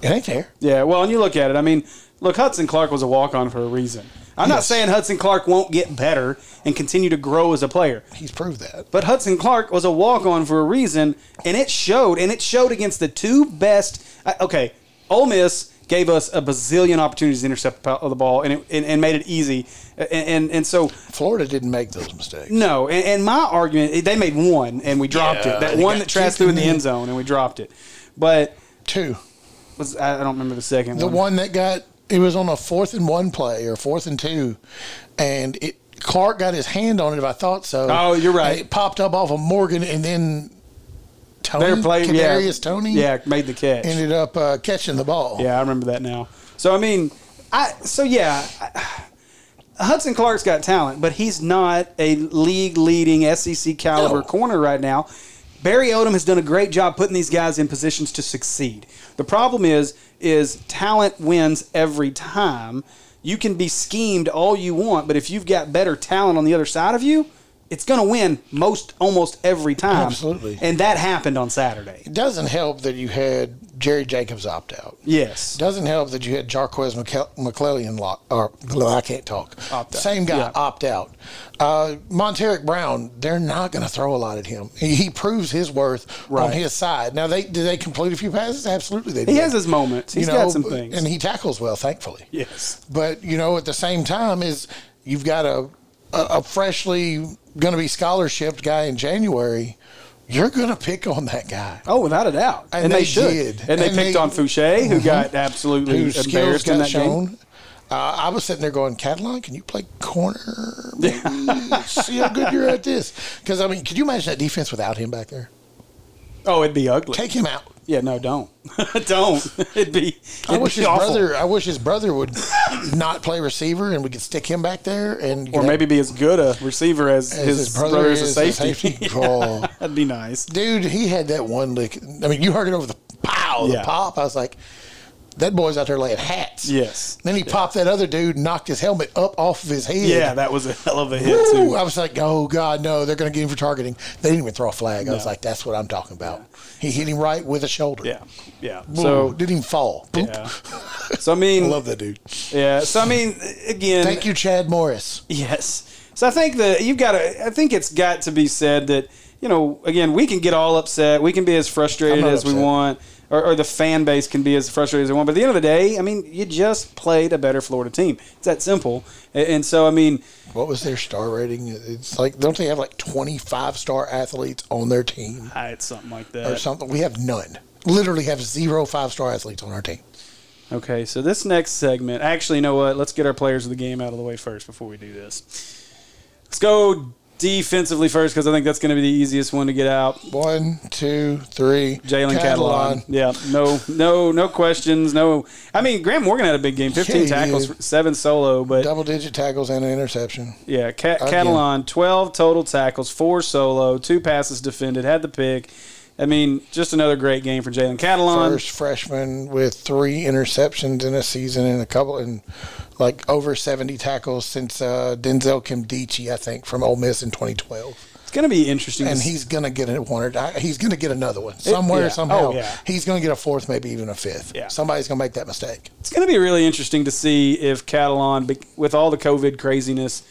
it ain't there. Yeah, well, and you look at it. I mean, look, Hudson Clark was a walk on for a reason. I'm not Yes. saying Hudson Clark won't get better and continue to grow as a player, He's proved that. but Hudson Clark was a walk on for a reason, and it showed. And it showed against the two best. I- Okay, Ole Miss gave us a bazillion opportunities to intercept the pa- the ball, and it, and, and made it easy. And and, and so Florida didn't make those mistakes. no, and, and my argument they made one, and we dropped Yeah, it. That they one got that Trask threw in the kicked in end zone, and we dropped it. But Two. was, I I don't remember the second The one. one that got it was on a fourth and one play or fourth and two, and it Clark got his hand on it. If I thought so. Oh, you're right. And It popped up off of Morgan, and then Tony they were playing. Yeah, Kadarius Tony Yeah, made the catch. ended up uh, catching the ball. Yeah, I remember that now. So I mean, I so yeah, I- Hudson Clark's got talent, but he's not a league leading SEC caliber No. corner right now. Barry Odom has done a great job putting these guys in positions to succeed. The problem is is talent wins every time. You can be schemed all you want, but if you've got better talent on the other side of you, it's going to win most almost every time. Absolutely. And that happened on Saturday. It doesn't help that you had Jerry Jacobs opt out. Yes. Doesn't help that you had Jarquez McCle- McClellan lock, or well, I can't talk. Opt out. Same guy Yeah. opt out. Uh, Monteric Brown, they're not going to throw a lot at him. He, he proves his worth on Right. his side. Now they did they complete a few passes? Absolutely, they. He did. has his moments. You He's know, got some but- things. and he tackles well, thankfully. yes. But you know, at the same time, is you've got a a, a freshly going to be scholarship guy in January. You're going to pick on that guy. Oh, without a doubt. And And, they they, should. did. And they picked And they- Uh-huh. on Fouché, who got absolutely whose skills embarrassed in got that shown. game. Uh, I was sitting there going, Catalan, can you play *laughs* corner? Maybe? See how good you're at this. Because, I mean, could you imagine that defense without him back there? Oh, it'd be ugly. Take him out. yeah, no, don't. *laughs* don't. It'd be. I it'd wish be his awful. brother. I wish his brother would not play receiver, and we could stick him back there, and Or maybe be as good a receiver as, as his, brother, is a is safety. Oh. *laughs* That'd be nice. dude, he had that one lick. I mean, you heard it over the pow, the Yeah. pop. I was like, that boy's out there laying hats. Yes. Then he popped that other dude, knocked his helmet up off of his head. Yeah, that was a hell of a hit, Woo! too. I was like, oh God, no, they're going to get him for targeting. They didn't even throw a flag. I was No. like, that's what I'm talking about. He hit him right with a shoulder. Yeah. Yeah. Boom. So, didn't even fall. Boop. yeah. So, I mean, Love that dude. yeah. So, I mean, again. Thank you, Chad Morris. Yes. So I think that you've got to. I think it's got to be said that you know. Again, we can get all upset. We can be as I'm frustrated not as we upset. want, or, or the fan base can be as frustrated as they want. But at the end of the day, I mean, you just played a better Florida team. It's that simple. And, and so, I mean, What was their star rating? It's like don't they have like 25 star athletes on their team I, it's something like or that. something? We have none. Literally have zero five star athletes on our team. Okay. So this next segment, actually, you know what? Let's get our players of the game out of the way first before we do this. Let's go defensively first because I think that's going to be the easiest one to get out. One, two, three. Jalen Catalon. Catalon. Yeah, no, no, no questions. No, I mean Graham Morgan had a big game, Yeah, fifteen he tackles, did. seven solo, but Double digit tackles and an interception. yeah, Ca- Again. Catalan twelve total tackles, four solo, two passes defended, had the pick. I mean, just another great game for Jalen Catalan. first freshman with three interceptions in a season and a couple and like over 70 tackles since uh, Denzel Kimdichi, I think, from Ole Miss in 2012. It's going to be interesting. to And see- he's gonna get a one. Or, I- he's gonna get another one somewhere, yeah. somehow. Oh, yeah. He's gonna get a fourth, maybe even a fifth. Yeah. Somebody's gonna make that mistake. it's going to be really interesting to see if Catalan, be- with all the COVID craziness,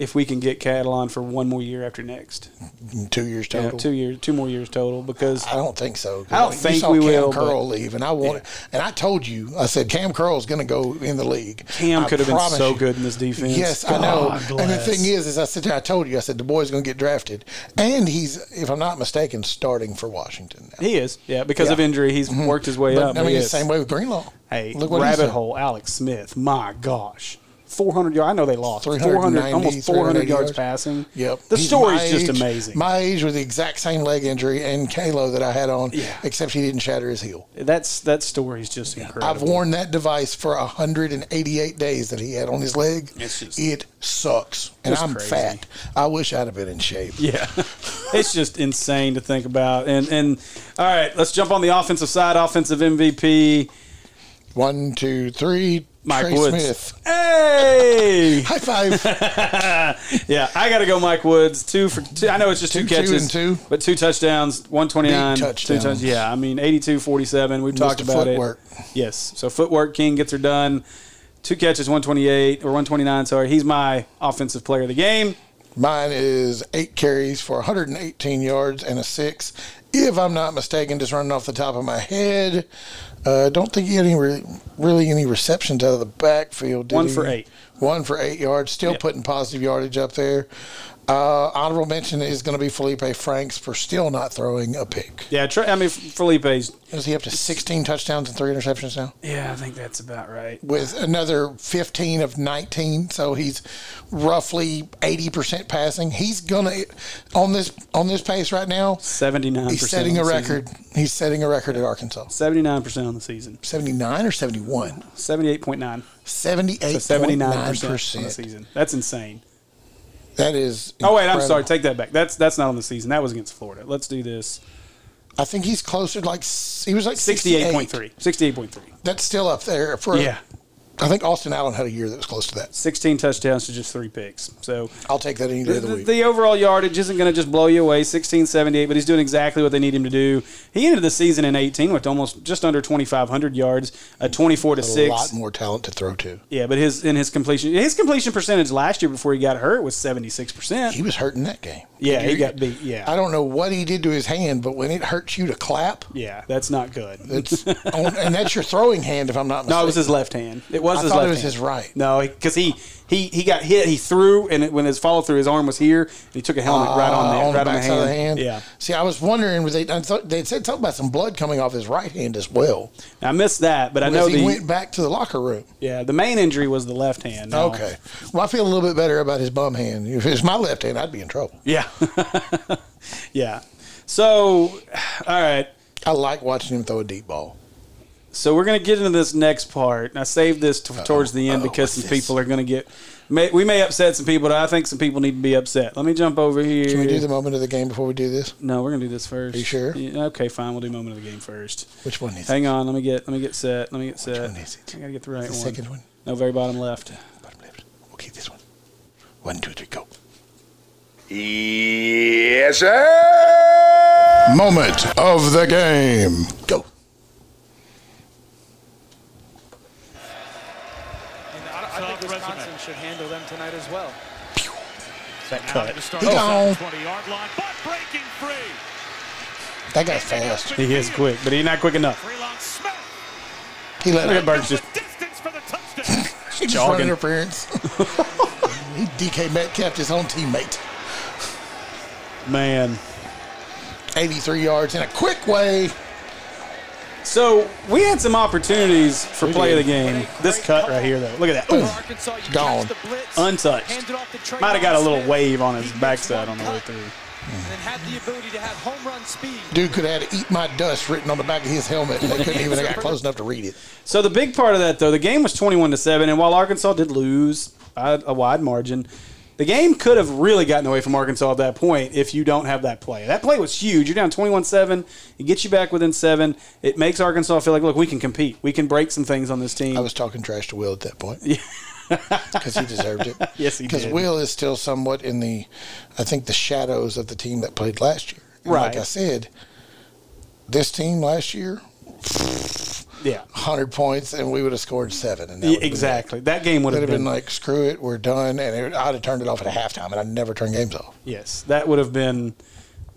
if we can get Catalan for one more year after next, In two years Yeah, total. two years, two more years total, because I don't think so. I don't You think saw we Cam will, but- Curl leave, and I wanted, and I told you, I said Cam Curl's going to go in the league. Cam I could have been promise so you. good in this defense. Yes, I know. God And the bless. thing is, is I sit there, I told you, I said the boy's going to get drafted, and he's, if I'm not mistaken, starting for Washington now. He is, yeah, because Yeah. Mm-hmm. of injury, he's worked his way But, up. I mean, he the is. same way with Greenlaw. Hey, he's rabbit done. hole, Alex Smith. My gosh, 400 yards. I know they lost 400, 390, almost 400 380 yards yards. passing. Yep. the He's story's my just age- amazing. My age with the exact same leg injury and Kalo that I had on, Yeah. except he didn't shatter his heel. That's that story's just incredible. I've worn that device for 188 days that he had on his leg. It's just- it sucks. And It's I'm crazy. fat. I wish I'd have been in shape. Yeah, *laughs* it's just insane to think about. And and all right, let's jump on the offensive side. Offensive MVP, One, two, three. Mike Trey Woods. Smith. *laughs* Hey, *laughs* High five. yeah, I got to go, Mike Woods. Two for two. I know it's just two, Two, two, catches, and two. but two touchdowns, one twenty nine, Big two touchdowns. touchdowns. Yeah, I mean 82 47. We've talked the about footwork. it. Yes, so footwork king gets her done. Two catches, one twenty eight or one twenty nine. Sorry, he's my offensive player of the game. Mine is eight carries for 118 yards and a six. If I'm not mistaken, just running off the top of my head, uh, don't think he had any re- really any receptions out of the backfield. Did One he? for eight. One for eight yards. Still Yeah. putting positive yardage up there. Uh, honorable mention is going to be Felipe Franks for still not throwing a pick. Yeah, Trey- I mean Felipe's. Is he up to 16 touchdowns and three interceptions now? Yeah, I think that's about right. with another 15 of 19 so he's roughly 80% passing he's gonna on this on this pace right now Seventy nine. he's setting a record he's setting a record at arkansas 79% on the season. 79 or 71 78.9. 78 So 79% on the season. That's insane. that is Oh, wait, I'm incredible. sorry. Take that back. That's that's not on the season. That was against Florida. Let's do this. i think he's closer to like s- he was like 68.3 68.3 68.3. that's still up there for Yeah. i think austin allen had a year that was close to that 16 touchdowns to just three picks. So i'll take that any day the, of the week the overall yardage isn't going to just blow you away 1678, but he's doing exactly what they need him to do. He ended the season in 18 with almost just under 2,500 yards, a 24 to a lot 6. more talent to throw to Yeah, but his in his completion his completion percentage last year before he got hurt was 76%. he was hurt in that game yeah, he got beat. Yeah. I don't know what he did to his hand, but when it hurts you to clap, Yeah, that's not good. *laughs* it's on, and that's your throwing hand, if I'm not mistaken. no, it was his left hand. It was I his thought left it was hand. his right. No, because he, he he got hit. He threw, and it, when his follow through, his arm was here. And he took a helmet right on Uh, the right on the backside hand. of the hand. Yeah, See, I was wondering, was they I thought they said something about some blood coming off his right hand as well. I missed that, but I know Because he the went back to the locker room. yeah the main injury was the left hand. No. Okay. Well, I feel a little bit better about his bum hand. If it was my left hand, I'd be in trouble. Yeah, *laughs* yeah. So, all right. I like watching him throw a deep ball. So we're gonna get into this next part. And I saved this t- towards the end uh-oh, because what's some this? people are gonna get. May, we may upset some people, but I think some people need to be upset. Let me jump over here. Can we do the moment of the game before we do this? No, we're gonna do this first. you sure? Yeah, okay, fine. We'll do moment of the game first. Which one is it? Hang on. Let me get. Let me get set. Let me get set. one is it? I gotta get the right The one. second one? No, very bottom left. Bottom left. Okay, this one. One, two, three, go. Yes, sir. Moment of the game. Go. And I, I think Wisconsin should handle them tonight as well. That Out of the cut. start He of gone. the 20-yard line, but breaking free. That guy's fast. He is quick, but he's not quick enough. Freelon Smith. He let Look it at Burns just. The distance for the *laughs* touchdown. He just run Jogging. interference. *laughs* he DK Metcalf his own teammate. Man. 83 yards in a quick way. So we had some opportunities for play of the game. This cut right here, though. Look at that. Ooh, Arkansas, you Gone. catch the blitz, untouched. hand it off to Trey Might have got a little Smith. wave on his He makes backside one on the way cut through. And then had the ability to have home run speed. Dude could have had eat my dust written on the back of his helmet. They couldn't even have got close enough to read it. So the big part of that, though, the game was twenty-one to seven, and while Arkansas did lose by a wide margin, the game could have really gotten away from Arkansas at that point if you don't have that play. That play was huge. You're down twenty-one-seven. It gets you back within seven. It makes Arkansas feel like, look, we can compete. We can break some things on this team. I was talking trash to Will at that *laughs* point. Yeah. Because he deserved it. *laughs* Yes, he Because did. Will is still somewhat in the, I think, the shadows of the team that played last year. And Right. Like I said, this team last year, yeah, 100 points, and we would have scored seven. And that Yeah, would've been it. exactly. That game would They'd have have been, been like, screw it, we're done. And it, I'd have turned it off at halftime, and I'd never turn games off. yes. That would have been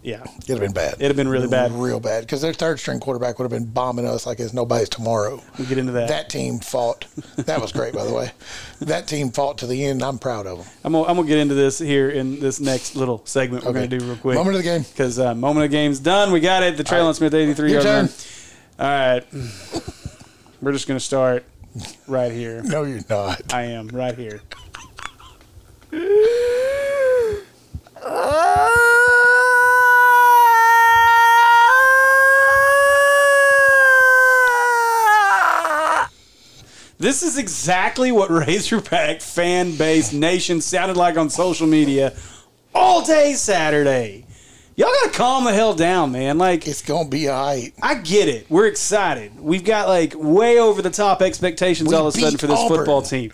yeah. It'd have been bad. It'd have been really bad. Real bad. Because their third string quarterback would have been bombing us like it's nobody's tomorrow. We'll get into that. That team fought. That was great, by the way. That team fought to the end. I'm proud of them. I'm gonna, I'm gonna get into this here in this next little segment we're Okay. gonna do real quick. Moment of the game. because uh, moment of the game's done. We got it. The Traylon Smith 83 Your yard turn. line. All right, we're just gonna start right here. No, you're not. I am right here. This is exactly what Razorback fan base nation sounded like on social media all day Saturday. Y'all gotta calm the hell down, man. Like It's gonna be all right. I get it. We're excited. We've got like way over the top expectations We all of a sudden beat for this Auburn. football team.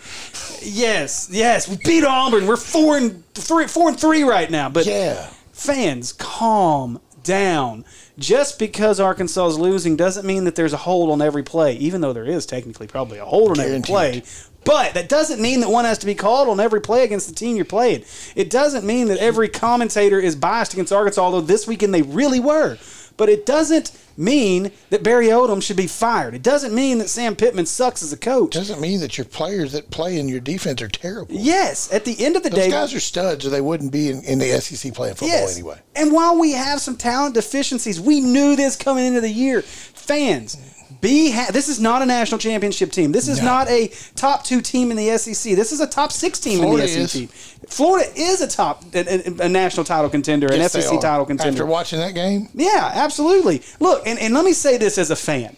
Yes, yes, we beat Auburn. We're four and three, four and three right now. But Yeah. fans, calm down. Just because Arkansas is losing doesn't mean that there's a hold on every play, even though there is technically probably a hold on Guaranteed. every play. But that doesn't mean that one has to be called on every play against the team you're playing. It doesn't mean that every commentator is biased against Arkansas, although this weekend they really were. But it doesn't mean that Barry Odom should be fired. It doesn't mean that Sam Pittman sucks as a coach. Doesn't mean that your players that play in your defense are terrible. Yes, at the end of the Those day, guys are studs, or they wouldn't be in, in the SEC playing football anyway. And while we have some talent deficiencies, we knew this coming into the year. Fans, be ha- this is not a national championship team. This is No. not a top two team in the SEC. This is a top six team Florida in the is. SEC. Florida is a top a, a- a national title contender, Yes, an they SEC are. title contender. After watching that game, yeah, absolutely. Look, and, and let me say this as a fan.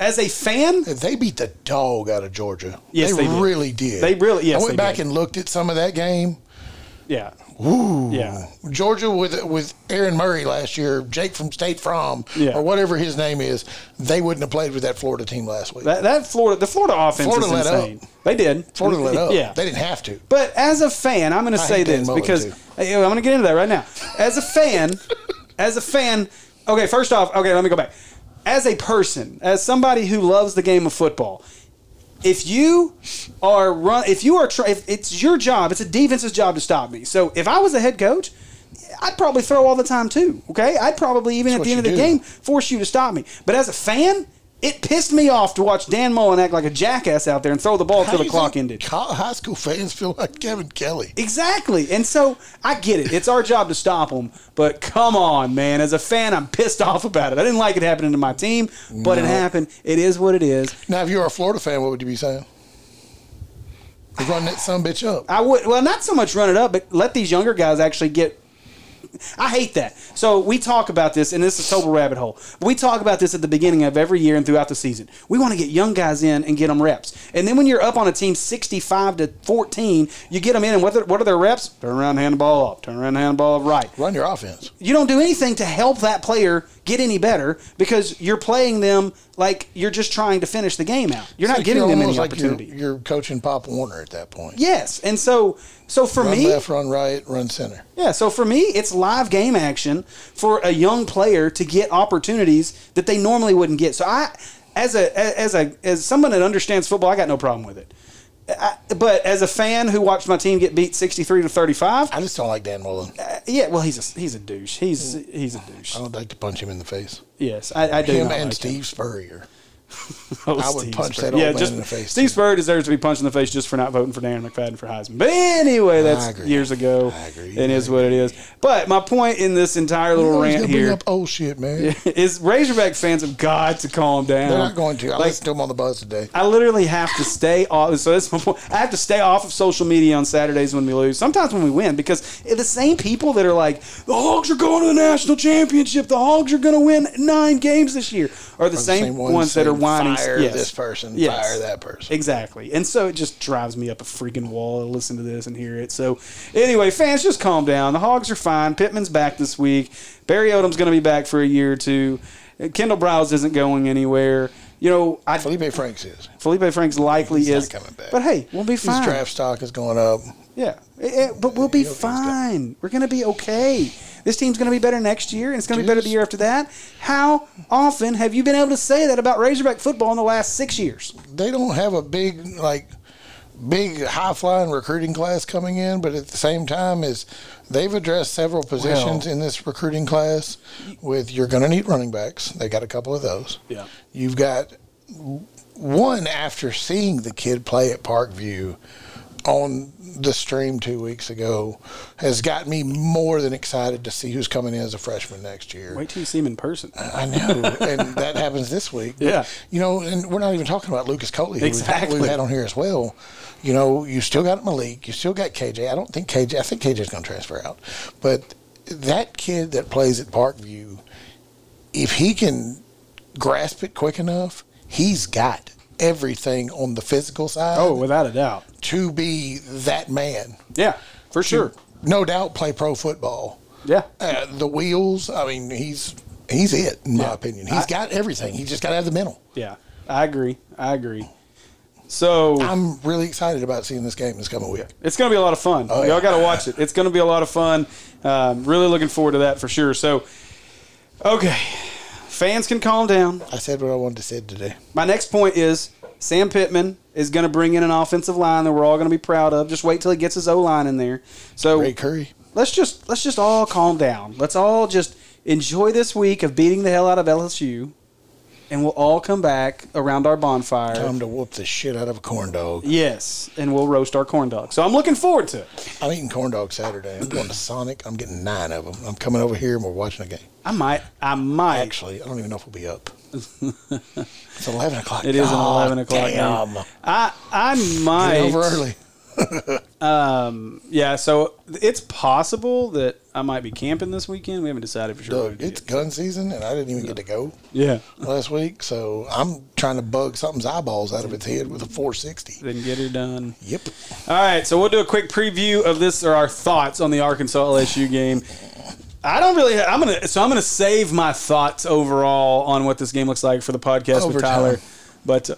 As a fan, they beat the dog out of Georgia. Yes, they did. really did. They really- yes, I went they back did. and looked at some of that game. yeah. Yeah. Georgia with with Aaron Murray last year, Jake from State From, Yeah. or whatever his name is, they wouldn't have played with that Florida team last week. That, that Florida, the Florida offense Florida is let up. insane. They did. Florida *laughs* let up. Yeah. They didn't have to. But as a fan, I'm going to I say hate Dan this Mullen, because too. Hey, I'm going to get into that right now. As a *laughs* fan, as a fan, okay, first off, okay, let me go back. As a person, as somebody who loves the game of football, if you are run, if you are, try, if it's your job, it's a defense's job to stop me. So if I was a head coach, I'd probably throw all the time too. Okay, I'd probably even at what the end of the you do. game force you to stop me. But as a fan, it pissed me off to watch Dan Mullen act like a jackass out there and throw the ball How till do the you clock think ended. co- High school fans feel like Kevin Kelly. Exactly. And so I get it. It's our job to stop them. But come on, man. As a fan, I'm pissed *laughs* off about it. I didn't like it happening to my team, but it happened. It is what it is. Now, if you were a Florida fan, what would you be saying? Run that son bitch up. I would, well, not so much run it up, but let these younger guys actually get. I hate that. So we talk about this, and this is total rabbit hole. We talk about this at the beginning of every year and throughout the season. We want to get young guys in and get them reps. And then when you're up on a team 65 to 14, you get them in, and what are, what are their reps? Turn around, hand the ball off. Turn around, hand the ball off right. Run your offense. you don't do anything to help that player get any better because you're playing them like you're just trying to finish the game out. You're not It's like giving you're them any almost like you're- opportunity. You're, coaching Pop Warner at that point. yes, and so so for Run me, left, run right, run center. yeah, so for me, it's live game action for a young player to get opportunities that they normally wouldn't get. So I, as a as a as someone that understands football, I got no problem with it. I, but as a fan who watched my team get beat sixty three to thirty five, I just don't like Dan Mullen. I yeah, well, he's a he's a douche. He's he's a douche. would like to punch him in the face. Yes, I, I do. Him not and like him. Steve Spurrier. Oh, I would punch that old man in the face, Steve too. Spurrier deserves to be punched in the face just for not voting for Darren McFadden for Heisman. But anyway, that's agree. years ago. I agree. It is what it is. But my point in this entire little He's rant gonna bring here up old shit, man. *laughs* is Razorback fans have got to calm down. They're not going to. I Like, listened to him on the buzz today. I literally have to stay off. So that's my point. I have to stay off of social media on Saturdays when we lose. Sometimes when we win, because the same people that are like the Hogs are going to the national championship, the Hogs are going to win nine games this year, are the, same, ones, that are saying, whining. Fire yes. this person. Yes. Fire that person. Exactly. And so it just drives me up a freaking wall to listen to this and hear it. So anyway, fans, just calm down. The Hogs are fine. Pittman's back this week. Barry Odom's going to be back for a year or two. Kendall Browse isn't going anywhere. You know, I, Felipe Franks is. Felipe Franks likely not is. coming back. But hey, we'll be His fine. draft stock is going up. Yeah, Eh, eh, but we'll be He'll- he's got- fine. We're going to be okay. This team's going to be better next year, and it's going to be better the year after that. How often have you been able to say that about Razorback football in the last six years? They don't have a big like big high flying recruiting class coming in, but at the same time is they've addressed several positions Well- in this recruiting class with you're gonna need running backs. They got a couple of those. Yeah. You've got one after seeing the kid play at Parkview on the stream two weeks ago has got me more than excited to see who's coming in as a freshman next year. Wait till you see him in person. I know, and that happens this week. But, Yeah. you know, and we're not even talking about Lucas Coley, who Exactly. we've, we've had on here as well. You know, you still got Malik, you still got KJ. I don't think KJ. I think KJ's going to transfer out, but that kid that plays at Parkview, if he can grasp it quick enough, he's got everything on the physical side Oh, without a doubt. to be that man. Yeah, for sure. No doubt, play pro football Yeah. uh, the wheels. I mean, he's he's it in my opinion. He's got everything. He just got to have the mental. Yeah. I agree. I agree. So I'm really excited about seeing this game this coming week. It's going to be a lot of fun. yeah. Y'all got to watch it. It's going to be a lot of fun. Um, really looking forward to that for sure. So, okay, fans can calm down. I said what I wanted to say today. My next point is Sam Pittman is going to bring in an offensive line that we're all going to be proud of. Just wait till he gets his O line in there. So Ray Curry. let's just let's just all calm down. Let's all just enjoy this week of beating the hell out of LSU, and we'll all come back around our bonfire. Time to whoop the shit out of a corn dog. yes, and we'll roast our corn dog. So I'm looking forward to it. I'm eating corn dog Saturday. I'm going to Sonic. I'm getting nine of them. I'm coming over here and we're watching a game. I might. I might. Actually, I don't even know if we'll be *laughs* up. it's 11 o'clock. It is an God eleven o'clock. Damn. game. I I might Get over early. Yeah, so it's possible that I might be camping this weekend. We haven't decided for sure. what Doug, it it's is. gun season and I didn't even get to go. yeah. last week, so I'm trying to bug something's eyeballs out of its head with a 460. Then get her done. Yep. All right, so we'll do a quick preview of this or our thoughts on the Arkansas LSU game. I don't really. I'm gonna so I'm gonna save my thoughts overall on what this game looks like for the podcast with Overtime. Tyler. But uh,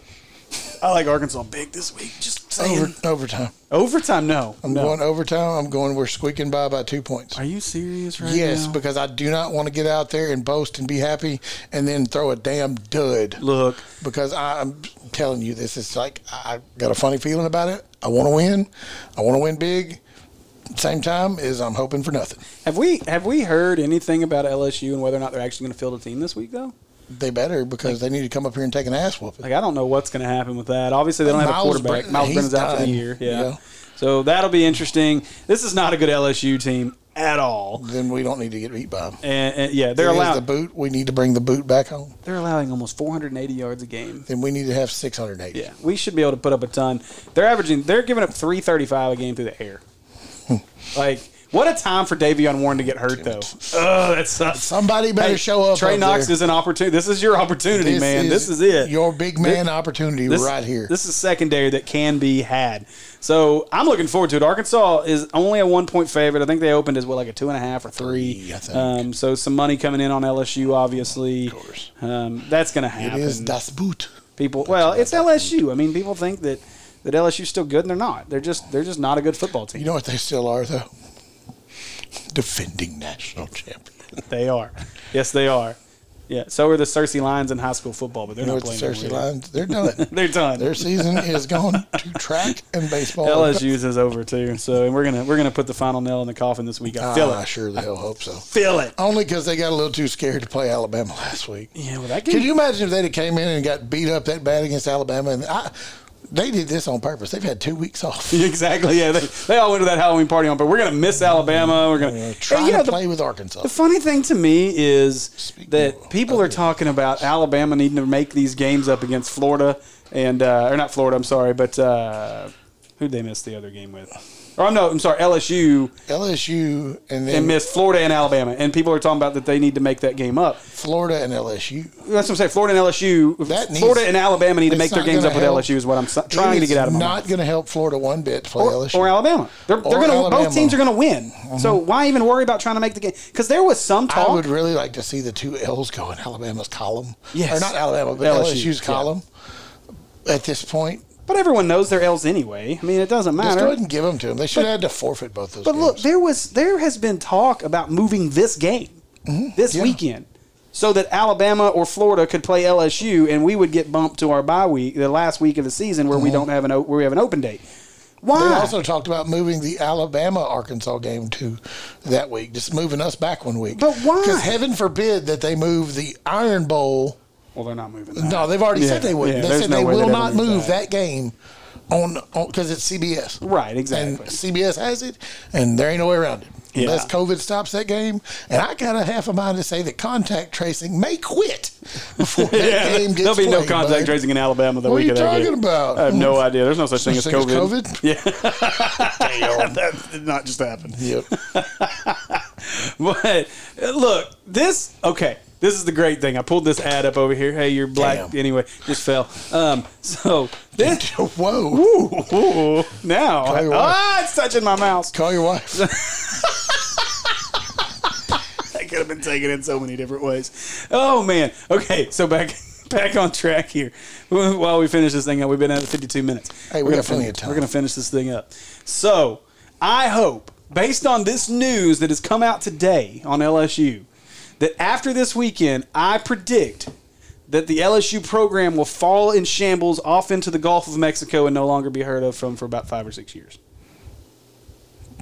I like Arkansas big this week. Just saying. Over, overtime. overtime, no. I'm no. going overtime. I'm going. We're squeaking by by two points. Are you serious right Yes, now? because I do not want to get out there and boast and be happy, and then throw a damn dud. Look, Because I'm telling you, this is like I I got a funny feeling about it. I want to win. I want to win big. Same time is I'm hoping for nothing. Have we have we heard anything about LSU and whether or not they're actually going to field a team this week though? They better because they need to come up here and take an ass whooping. Like I don't know what's going to happen with that. Obviously they don't have a Miles quarterback. Brennan- Miles he's Brennan's out for the done. year. Yeah. Yeah. So that'll be interesting. This is not a good LSU team at all. then we don't need to get beat by them. And, and yeah, they're It is the allowing boot. We need to bring the boot back home. they're allowing almost 480 yards a game. then we need to have 680. Yeah. We should be able to put up a ton. They're averaging they're giving up 335 a game through the *laughs* air. like what a time for Davion Warren to get hurt though. Oh, that sucks. Somebody better Hey, show up. Trey up Knox there. is an opportunity. This is your opportunity, man. this is it. Your big man opportunity This- right here. This is secondary that can be had. So I'm looking forward to it. Arkansas is only a one point favorite. I think they opened as what like a two and a half or three. Three, I think. Um, so some money coming in on LSU, obviously. Of course. Um, that's going to it happen. is das Boot. people. Well, it's LSU. I mean, people think that that LSU's still good, and they're not. They're just they're just not a good football team. You know what they still are, though? Defending national champion. they are. Yes, they are. Yeah. So are the Cersei Lions in high school football, but they're You know not what the playing. Cersei them Lions? They're done. *laughs* They're done. Their season is gone to track and baseball. *laughs* LSU's is over too. So and we're gonna we're gonna put the final nail in the coffin this week. I feel I it. sure the hell Ah, hope so. Feel it. Only because they got a little too scared to play Alabama last week. Yeah, well, that Can game. you imagine if they'd have came in and got beat up that bad against Alabama? And I, they did this on purpose. They've had two weeks *laughs* off. exactly. Yeah, they, they all went to that Halloween party on, but we're gonna miss Alabama. We're gonna Trying And, you know, to the, play with Arkansas. the funny thing to me is Speaking that of- people are talking about Alabama needing to make these games up against Florida and uh, or not Florida. I'm sorry, but uh, who they miss the other game with? Or I'm no, I'm sorry, LSU LSU and then and missed Florida and Alabama, and people are talking about that they need to make that game up. Florida and LSU. That's what I'm saying. Florida and LSU, That needs- Florida and Alabama need to it's make their not games gonna up with help. LSU. Is what I'm s- trying to It's get out of my mind. Not going to help Florida one bit to play or, LSU. or Alabama. They're, they're Or gonna both Alabama. Mm-hmm. teams are going to win. So why even worry about trying to make the game? Because there was some talk. I would really like to see the two L's go in Alabama's column. Yes. Or not Alabama, but LSU, LSU's yeah. column. At this point, but everyone knows their L's anyway. I mean, it doesn't just go matter. ahead and give them to them. They should have had to forfeit both those But look, games. there was there has been talk about moving this game this Mm-hmm. yeah. weekend so that Alabama or Florida could play LSU and we would get bumped to our bye week, the last week of the season where we don't have an o- where we have an open date. They Why? Mm-hmm. also talked about moving the Alabama Arkansas game to that week, just moving us back one week. But why? Because heaven forbid that they move the Iron Bowl. well, they're not moving. That. No, they've already Yeah, said they would. yeah, they there's said no they way they'd will ever not move move that. that. game on because it's CBS. Right, exactly. *laughs* And CBS has it, and there ain't no way around it. Yeah. Unless COVID stops that game, and I got a half a mind to say that contact tracing may quit *laughs* before that Yeah, game gets there'll be no played, contact bud. tracing in Alabama the What are week you of that talking game. about? I have *laughs* no idea. There's no such thing as Such thing as COVID. COVID? Yeah, that did *laughs* not just happen. Yep. *laughs* But uh, look, this okay. This is the great thing. I pulled this ad up over here. Hey, you're black Damn. anyway. Just fell. Um, so this *laughs* Whoa. ooh, now Tell you what. ah, it's touching my mouse. Call your wife. That could have been taken in so many different ways. Oh man. Okay, so back *laughs* back on track here. While we finish this thing up, we've been at it 52 minutes. Hey, we We're got gonna plenty fin- of time. We're gonna finish this thing up. So I hope, based on this news that has come out today on LSU, that after this weekend, I predict that the LSU program will fall in shambles off into the Gulf of Mexico and no longer be heard of from for about five or six years.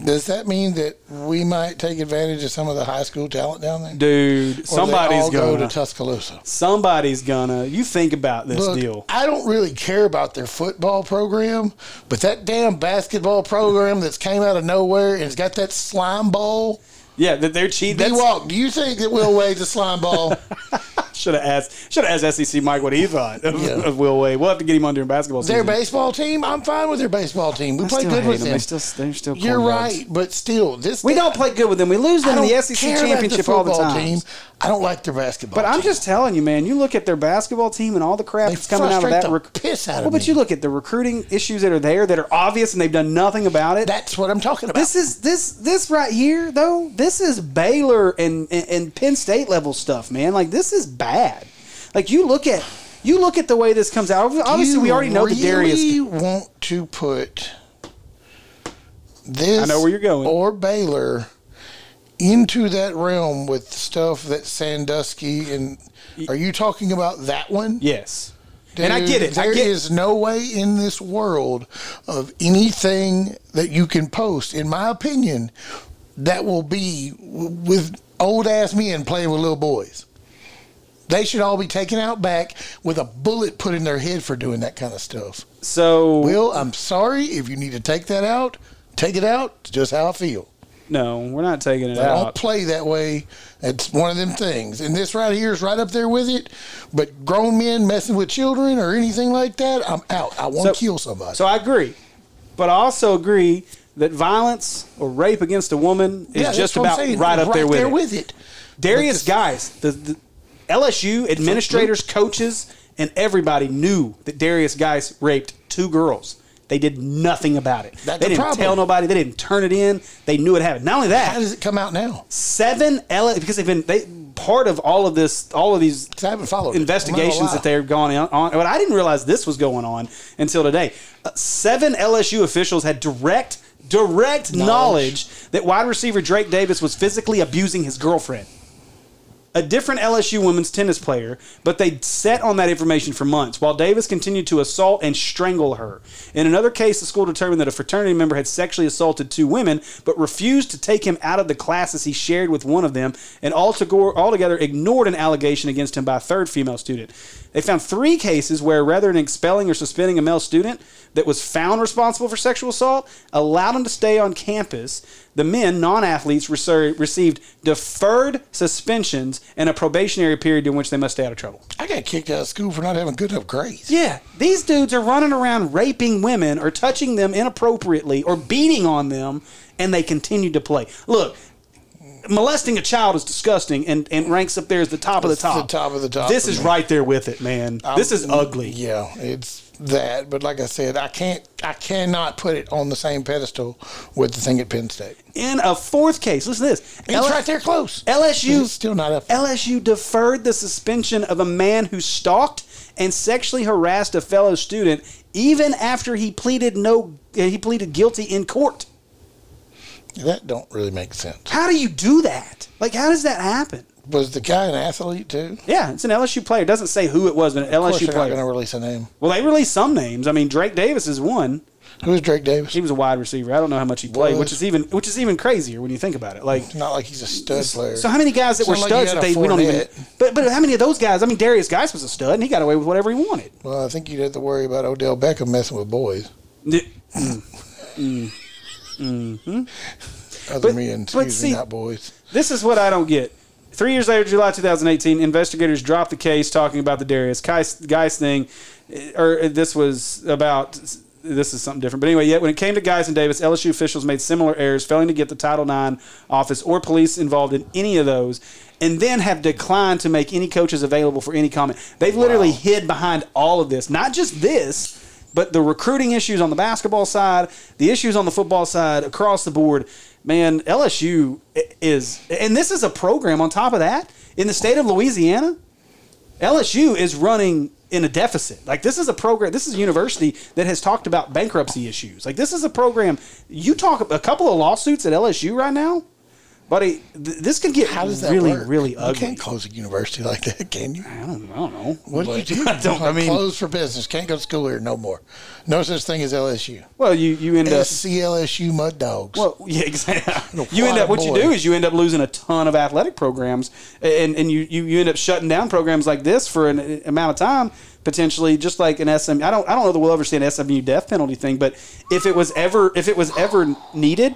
Does that mean that we might take advantage of some of the high school talent down there? Dude, Or they somebody's all go gonna to Tuscaloosa. somebody's gonna you think about this Look, deal. I don't really care about their football program, but that damn basketball program that's came out of nowhere and it's got that slime ball. Yeah, that they're cheating. D That's, Walk, do you think that Will Wade's a *laughs* slime ball? should have asked. Should have asked SEC Mike what he thought of, Yeah. of Will Wade. We'll have to get him on during basketball their season. baseball team? I'm fine with their baseball team. We I play still good hate with them. them. They still- they're still You're corn dogs. right, but still, this we don't play good with them. We lose I them in the don't SEC care about championship all the football time. Team. I don't like their basketball. But I'm team. just telling you, man. You look at their basketball team and all the crap They that's coming out of frustrate that. the piss out of well, but me. you look at the recruiting issues that are there that are obvious, and they've done nothing about it. that's what I'm talking about. this is this this right here though. This is Baylor and, and and Penn State level stuff, man. Like this is bad. Like you look at you look at the way this comes out. Obviously, You we already know the Darius really want to put this. I know where you're going. Or Baylor into that realm with stuff that Sandusky and. Are you talking about that one? Yes. and I Dude, get it. There I is get no way in this world of anything that you can post, in my opinion, that will be w- with old ass men playing with little boys. They should all be taken out back with a bullet put in their head for doing that kind of stuff. so Will, I'm sorry if you need to take that out. Take it out. It's just how I feel. no, we're not taking it I don't out. play that way. It's one of them things. And this right here is right up there with it. But grown men messing with children or anything like that, I'm out. I want to So- kill somebody. So I agree, but I also agree that violence or rape against a woman is Yeah, that's just what I'm about saying. right up there, with, it. it. Darius But guys, the, the LSU administrators, coaches, and everybody knew that Darius guys raped two girls. They did nothing about it. That's they a didn't problem. tell nobody. They didn't turn it in. They knew it happened. Not only that, How does it come out now? seven L because they've been they part of all of this all of these 'Cause I haven't followed it. I'm not investigations gonna that they've gone in on but I didn't realize this was going on until today Uh, seven LSU officials had direct direct knowledge. Knowledge. that wide receiver Drake Davis was physically abusing his girlfriend a different LSU women's tennis player, but they sat on that information for months while Davis continued to assault and strangle her. In another case, the school determined that a fraternity member had sexually assaulted two women, but refused to take him out of the classes he shared with one of them and altogo- altogether ignored an allegation against him by a third female student. They found three cases where, rather than expelling or suspending a male student that was found responsible for sexual assault, allowed him to stay on campus, the men, non athletes, received deferred suspensions and a probationary period during which they must stay out of trouble. I got kicked out of school for not having good enough grades. Yeah, these dudes are running around raping women or touching them inappropriately or beating on them, and they continue to play. Look, molesting a child is disgusting and, and ranks up there as the top It's of the top. the top of the top This for is me. right there with it, man. this is ugly. Yeah, it's that. But like I said, I can't. I cannot put it on the same pedestal with the thing at Penn State. In a fourth case, listen to this. It's L- right there close. LSU It's still not up. LSU deferred the suspension of a man who stalked and sexually harassed a fellow student even after he pleaded no he pleaded guilty in court. that don't really make sense. How do you do that? Like how does that happen? Was the guy an athlete too? Yeah, it's an LSU player. It doesn't say who it was, but an Of course, LSU they're not player. going to release a name. well, they released some names. I mean, Drake Davis is one. Who's Drake Davis? He was a wide receiver. I don't know how much he played, Was. which is even which is even crazier when you think about it. Like *laughs* Not like he's a stud player. So how many guys that were Sound like studs you that had they a we don't even? Fournette. But but how many of those guys? I mean, Darius Geis was a stud and he got away with whatever he wanted. Well, I think you'd have to worry about Odell Beckham messing with boys. N- Other But- men, but excuse see- me, not boys. This is what I don't get. Three years later, July 2018, investigators dropped the case talking about the Darius Geis Geis thing, eh, or this was about. This is something different. But anyway, yet when it came to Geis and Davis, LSU officials made similar errors, failing to get the Title IX office or police involved in any of those, and then have declined to make any coaches available for any comment. They've literally hid behind all of this, not just this, but the recruiting issues on the basketball side, the issues on the football side, across the board, man, LSU i- is, and this is a program on top of that in the state of Louisiana. LSU is running in a deficit. Like this is a program, this is a university that has talked about bankruptcy issues. Like this is a program. You talk a couple of lawsuits at LSU right now, buddy. Th- this could get How does that really, work? really You ugly. can't close a university like that, can you? I don't, I don't know. What do you *laughs* do? I don't. I Like, mean, closed for business. Can't go to school here no more. No such thing as LSU. well, you you end up SCLSU Mud Dogs. Well, *laughs* yeah, exactly. *laughs* No, You end up what you boy. do is you end up losing a ton of athletic programs, and and you you, you end up shutting down programs like this for an uh, amount of time potentially, just like an SM. I don't I don't know that we'll ever see an SMU death penalty thing, but if it was ever if it was ever needed,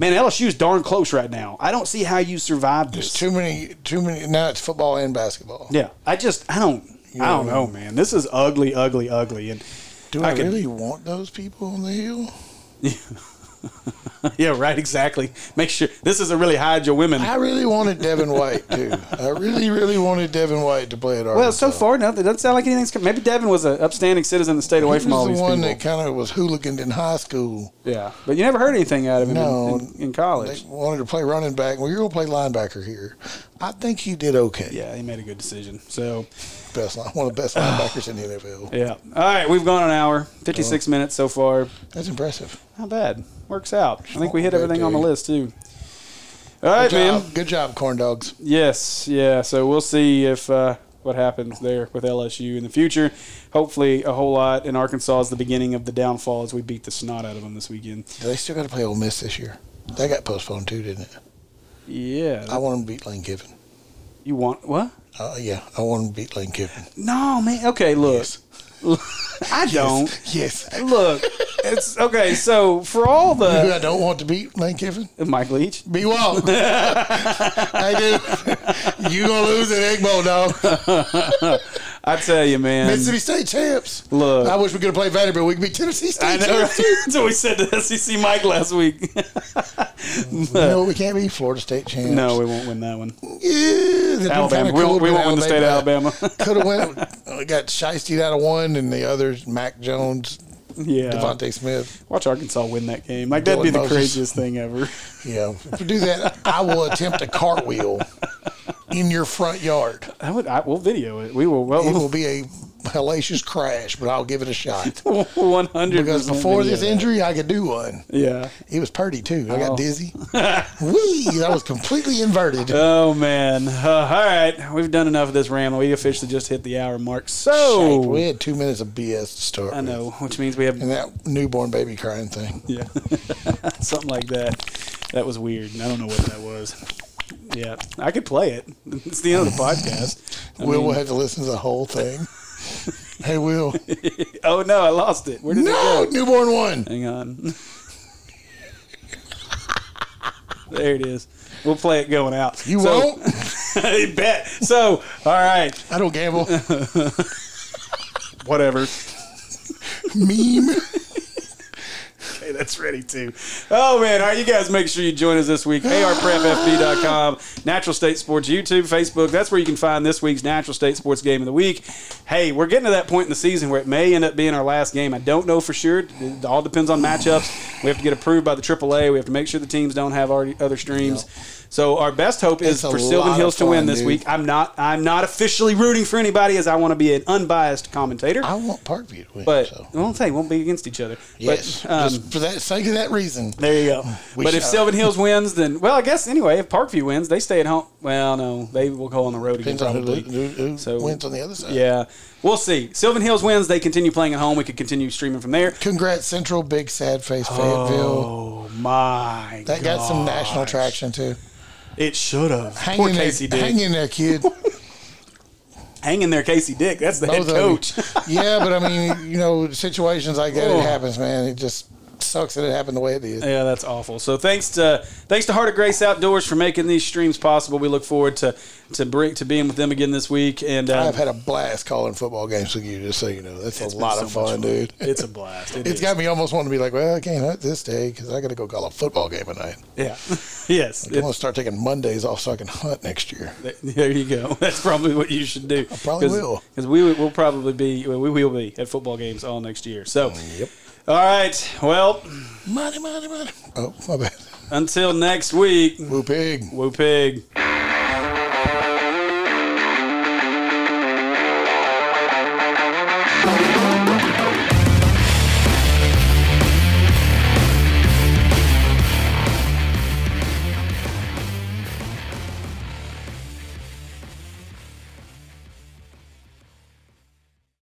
man, LSU is darn close right now. I don't see how you survive There's this. too many, too many. Now it's football and basketball. yeah, I just I don't I don't know, man. This is ugly, ugly, ugly, and *laughs* Do I I, can- really want those people on the hill? yeah, right, exactly. Make sure this is a really hide your women. I really wanted Devin White too. I really, really wanted Devin White to play at Arkansas. Well, so far, no, it doesn't sound like anything's coming. Maybe Devin was an upstanding citizen that stayed away He from was all the these one people. that kind of was hooliganed in high school. yeah, but you never heard anything out of him in- No, in, in college. They wanted to play running back. Well, you're gonna play linebacker here. I think he did okay. yeah, he made a good decision. So, best line, one of the best linebackers in the *sighs* NFL. yeah. All right, we've gone an hour, 56 minutes so far. That's impressive. Not bad. Works out. I think we hit Good everything on the day. list, too. All right, Good job, man. Good job, corn dogs. Yes, yeah. So we'll see if uh, what happens there with LSU in the future. Hopefully, a whole lot. And Arkansas is the beginning of the downfall as we beat the snot out of them this weekend. Do they still got to play Ole Miss this year? That got postponed too, didn't it? Yeah. I want them to beat Lane Kiffin. you want what? Uh, yeah, I want them to beat Lane Kiffin. No, man. Okay, look. *laughs* I don't. Yes. Who Look, it's okay. So for all the *laughs* I don't want to beat Lane Kiffin? Mike Leach, B Wall. *laughs* I do. You gonna lose an egg bowl, dog. I tell you, man. Mississippi State champs. Look. I wish we could have played Vanderbilt. We could be Tennessee I State know. *laughs* champs. right? That's what we said to SEC Mike last week. No, we can't be Florida State *laughs* champs. no, we won't win that one. Yeah, Alabama. We won't- we won't win the state of *laughs* Alabama. *laughs* Could have went. We got shiesty out of one, and the others, Mac Jones, Yeah. Devontae Smith. Watch Arkansas win that game. Like that'd Dylan be the Moses. craziest thing ever. Yeah, if we do that, I will attempt a cartwheel in your front yard. *laughs* I would. I, we'll video it. We will. It will Well, be a hellacious crash, but I'll give it a shot. one hundred. Because before this injury, I could do one. Yeah. It was Purdy too. I Oh. got *laughs* dizzy. Wee! I was completely inverted. Oh man. Uh, all right, we've done enough of this rambling. We officially just hit the hour mark. Shite, we So had two minutes of BS to start. I with. know, which means we have And that newborn baby crying thing. Yeah. *laughs* Something like that. That was weird. I don't know what that was. Yeah. I could play it. *laughs* It's the end of the podcast. I Will mean- will have to listen to the whole *laughs* thing. hey, Will. oh, no. I lost it. Where did No, it go? newborn one. Hang on. *laughs* there it is. We'll play it going out. You So- won't. *laughs* I bet. So, all right. I *laughs* don't gamble. Whatever. Meme. Hey, *laughs* that's ready too. Oh man, all right, you guys make sure you join us this week. *gasps* ARPrepFB.com, Natural State Sports YouTube, Facebook. That's where you can find this week's Natural State Sports Game of the Week. Hey, we're getting to that point in the season where it may end up being our last game. I don't know for sure. It all depends on matchups. We have to get approved by the AAA. We have to make sure the teams don't have already other streams. So our best hope is It's a for Sylvan lot Hills of to win fun, this dude. week. I'm not. I'm not officially rooting for anybody, as I want to be an unbiased commentator. I want Parkview to win. but so. I won't say won't be against each other. Yes. But, um, Just for that sake of that reason. there you go. We but if shall- Sylvan Hills wins, then well, I guess anyway, if Parkview wins, they stay at home. Well, no, they will go on the road again Depends on who, probably. who, who So- wins on the other side. Yeah, we'll see. Sylvan Hills wins, they continue playing at home. We could continue streaming from there. Congrats, Central Big Sad Face Fayetteville. Oh my! That got some national traction too. It should have. Hang Poor in Casey *laughs* there, did. hang in there, kid. Hanging there, Casey Dick. That's the head Both of coach. *laughs* them. yeah, but I mean, you know, situations like that, Oh. it happens, man. It just sucks that it happened the way it did. Yeah, that's awful. So thanks to thanks to Heart of Grace Outdoors for making these streams possible. We look forward to to bring to being with them again this week. And uh, I've had a blast calling football games with you, just so you know. That's it's a been lot so of much fun, dude. It's a blast. It It's is. got me almost wanting to be like, well, I can't hunt this day because I got to go call a football game tonight. *laughs* yeah. yes. I'm going to start taking Mondays off so I can hunt next year. It- *laughs* there you go. That's probably what you should do. I probably will. because we will- we'll probably be we will be at football games all next year. So yep. All right. Well, Money, money, money. Oh, my bad. until next week, Woo pig. Woo Pig.